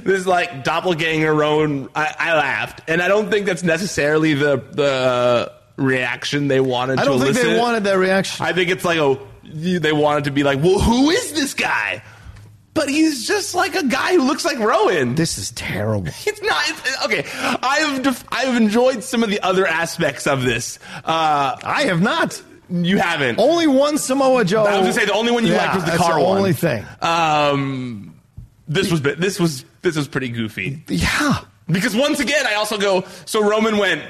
S3: this like doppelganger roan I, I laughed and i don't think that's necessarily the the reaction they wanted
S7: I don't
S3: to
S7: think they
S3: elicit.
S7: wanted that reaction.
S3: I think it's like a they wanted to be like, well, who is this guy? But he's just like a guy who looks like Rowan.
S7: this is terrible.
S3: It's not it's, okay. I've def- I've enjoyed some of the other aspects of this. Uh,
S7: I have not.
S3: you haven't.
S7: Only one Samoa Joe.
S3: I was gonna say the only one you
S7: Oh, Yeah,
S3: liked was the
S7: that's
S3: car
S7: the
S3: one.
S7: only thing.
S3: Um, this was bit- this was this was pretty goofy.
S7: yeah.
S3: Because once again, I also go. So Roman went.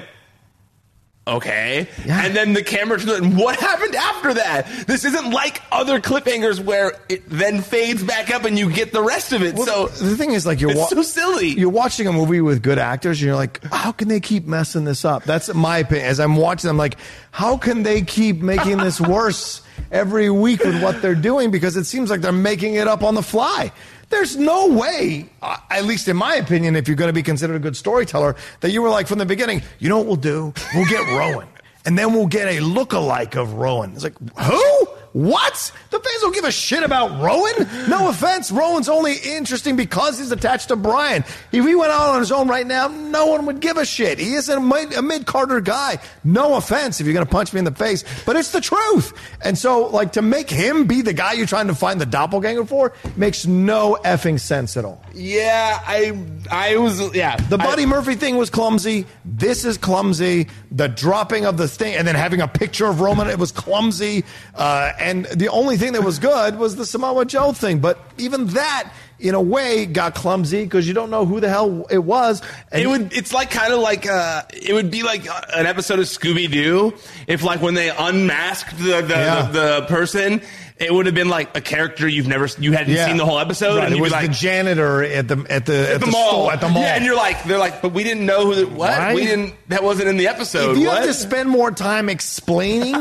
S3: Okay,
S7: Yeah.
S3: and then the camera. turned- What happened after that? This isn't like other cliffhangers where it then fades back up and you get the rest of it.
S7: Well,
S3: so
S7: the thing is, like, you're
S3: it's
S7: wa-
S3: so silly.
S7: You're watching a movie with good actors, and you're like, how can they keep messing this up? That's my opinion. As I'm watching, I'm like, how can they keep making this worse every week with what they're doing? Because it seems like they're making it up on the fly. There's no way, uh, at least in my opinion, if you're going to be considered a good storyteller, that you were like from the beginning, you know what we'll do? We'll get Rowan. And then we'll get a look-alike of Rowan. It's like, who? What? The fans don't give a shit about Rowan? No offense. Rowan's only interesting because he's attached to Brian. If he went out on his own right now, no one would give a shit. He isn't a, mid- a mid-carter guy. No offense if you're going to punch me in the face, but it's the truth. And so, like, to make him be the guy you're trying to find the doppelganger for makes no effing sense at all.
S3: yeah, I I was yeah
S7: The Buddy
S3: I-
S7: Murphy thing was clumsy. This is clumsy. The dropping of the thing and then having a picture of Roman, it was clumsy. Uh, and the only thing that was good was the Samoa Joe thing. But even that, in a way, got clumsy because you don't know who the hell it was. And
S3: it would. It's like kind of like uh, it would be like uh, an episode of Scooby Doo if like when they unmasked the the,
S7: Yeah.
S3: the, the person, it would have been like a character you've never you hadn't
S7: Yeah.
S3: seen the whole episode,
S7: Right,
S3: and
S7: it
S3: you'd
S7: was
S3: be like.
S7: the janitor at the at the at,
S3: at the, mall,
S7: store- at the mall.
S3: Yeah, and you're like, they're like, but we didn't know who. The, what?
S7: Right?
S3: We didn't. That wasn't in the episode.
S7: if you
S3: what?
S7: have to spend more time explaining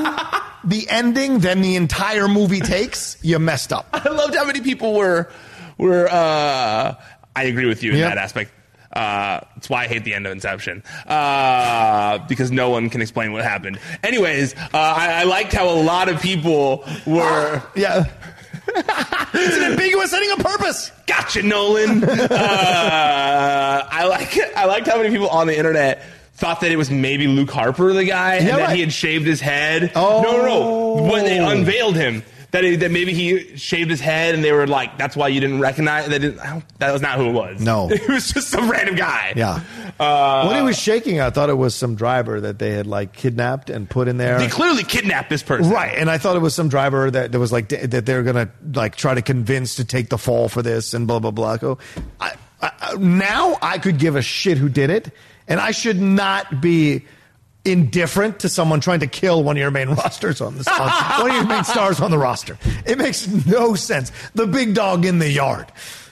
S7: the ending than the entire movie takes, you messed up.
S3: I loved how many people were were. uh I agree with you in
S7: Yep.
S3: that aspect. Uh, that's why I hate the end of Inception uh, because no one can explain what happened. Anyways, uh, I, I liked how a lot of people
S7: Ah!
S3: were
S7: yeah.
S3: it's an ambiguous ending on purpose. Gotcha, Nolan. Uh, I like I liked how many people on the internet thought that it was maybe Luke Harper, the guy, and
S7: Yeah,
S3: that
S7: right.
S3: he had shaved his head. Oh no, no, no. when they
S7: Oh.
S3: unveiled him. That, he, that maybe he shaved his head and they were like, that's why you didn't recognize that. Didn't, I don't- that was not who it was.
S7: No.
S3: it was just some random guy.
S7: Yeah.
S3: Uh,
S7: when he was shaking, I thought it was some driver that they had like kidnapped and put in there.
S3: they clearly kidnapped this person.
S7: Right, and I thought it was some driver that that was like that they're gonna like try to convince to take the fall for this and blah blah blah. Go, I, I, I- now I could give a shit who did it, and I should not be indifferent to someone trying to kill one of your main rosters on the on- one of your main stars on the roster. It makes no sense. The big dog in the yard.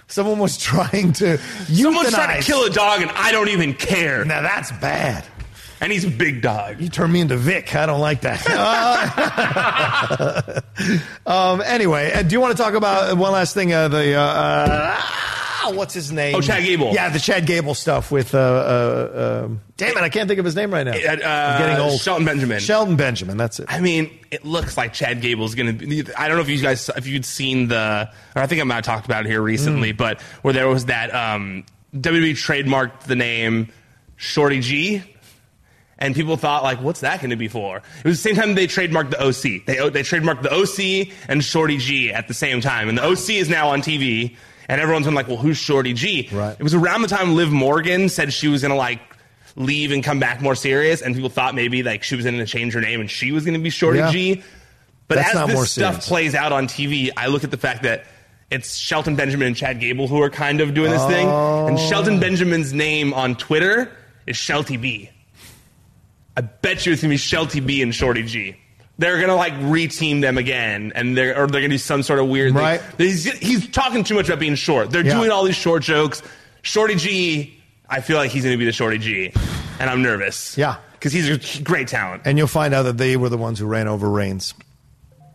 S7: Someone was trying to
S3: Someone's trying
S7: euthanize-
S3: to kill a dog and I don't even care.
S7: Now that's bad.
S3: And he's a big dog.
S7: You turned me into Vic. I don't like that. Uh, um, anyway, uh, do you want to talk about one last thing? Uh, the uh, uh, ah, what's his name?
S3: Oh, Chad Gable.
S7: Yeah, the Chad Gable stuff with. Uh, uh, um, damn it, I can't think of his name right now. I'm getting old.
S3: uh, Shelton Benjamin.
S7: Sheldon Benjamin. That's it.
S3: I mean, it looks like Chad Gable's going to be. I don't know if you guys, if you'd seen the, or I think I might have talked about it here recently, but where there was that um, WWE trademarked the name Shorty G, and people thought like, what's that going to be for? It was the same time they trademarked the OC. They they trademarked the OC and Shorty G at the same time, and the OC is now on TV, and everyone's been like, well, who's Shorty G? Right. It was around the time Liv Morgan said she was going to like leave and come back more serious, and people thought maybe like she was going to change her name and she was going to be Shorty
S7: Yeah.
S3: G. But
S7: That's
S3: as
S7: not
S3: this
S7: more
S3: stuff
S7: serious.
S3: plays out on TV, I look at the fact that it's Shelton Benjamin and Chad Gable who are kind of doing this thing, and
S7: Oh.
S3: Shelton Benjamin's name on Twitter is Shelty B. I bet you it's gonna be Shelty B and Shorty G. They're gonna like reteam them again, and they're or they're gonna do some sort of weird.
S7: Right.
S3: Thing. He's, he's talking too much about being short. They're
S7: Yeah.
S3: doing all these short jokes. Shorty G, I feel like he's gonna be the Shorty G, and I'm nervous.
S7: Yeah.
S3: because he's a great talent.
S7: And you'll find out that they were the ones who ran over Reigns.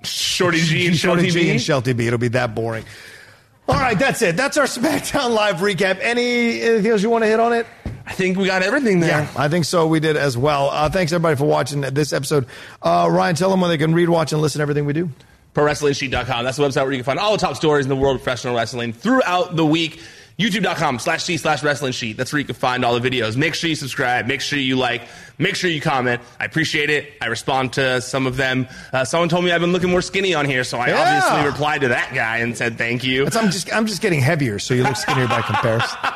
S3: Shorty G and Shorty,
S7: G
S3: B.
S7: and Shelty B. It'll be that boring. All right, that's it. That's our SmackDown Live recap. Any anything else you want to hit on it?
S3: I think we got everything there.
S7: Yeah, I think so. We did as well. Uh, thanks everybody for watching this episode. Uh, Ryan, tell them where they can read, watch, and listen to everything we do.
S3: ProWrestlingSheet.com. That's the website where you can find all the top stories in the world of professional wrestling throughout the week. YouTube.com slash C slash wrestling sheet. That's where you can find all the videos. Make sure you subscribe. Make sure you like. Make sure you comment. I appreciate it. I respond to some of them. Uh, someone told me I've been looking more skinny on here, so I
S7: Yeah.
S3: obviously replied to that guy and said thank you.
S7: It's- I'm just I'm just getting heavier, so you look skinnier by comparison.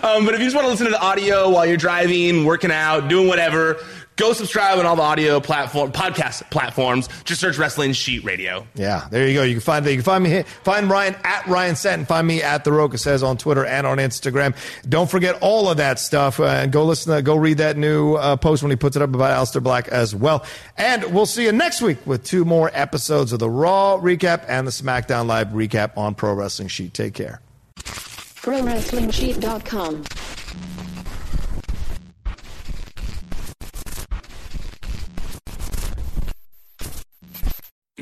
S3: Um, but if you just want to listen to the audio while you're driving, working out, doing whatever, go subscribe on all the audio platform podcast platforms. Just search Wrestling Sheet Radio.
S7: Yeah, there you go. You can find you can find me here. Find Ryan at Ryan Satin. Find me at the Roca says on Twitter and on Instagram. Don't forget all of that stuff. Uh, and go listen. To, go read that new uh, post when he puts it up about Alistair Black as well. And we'll see you next week with two more episodes of the Raw recap and the SmackDown Live recap on Pro Wrestling Sheet. Take care.
S8: ProWrestlingSheet.com.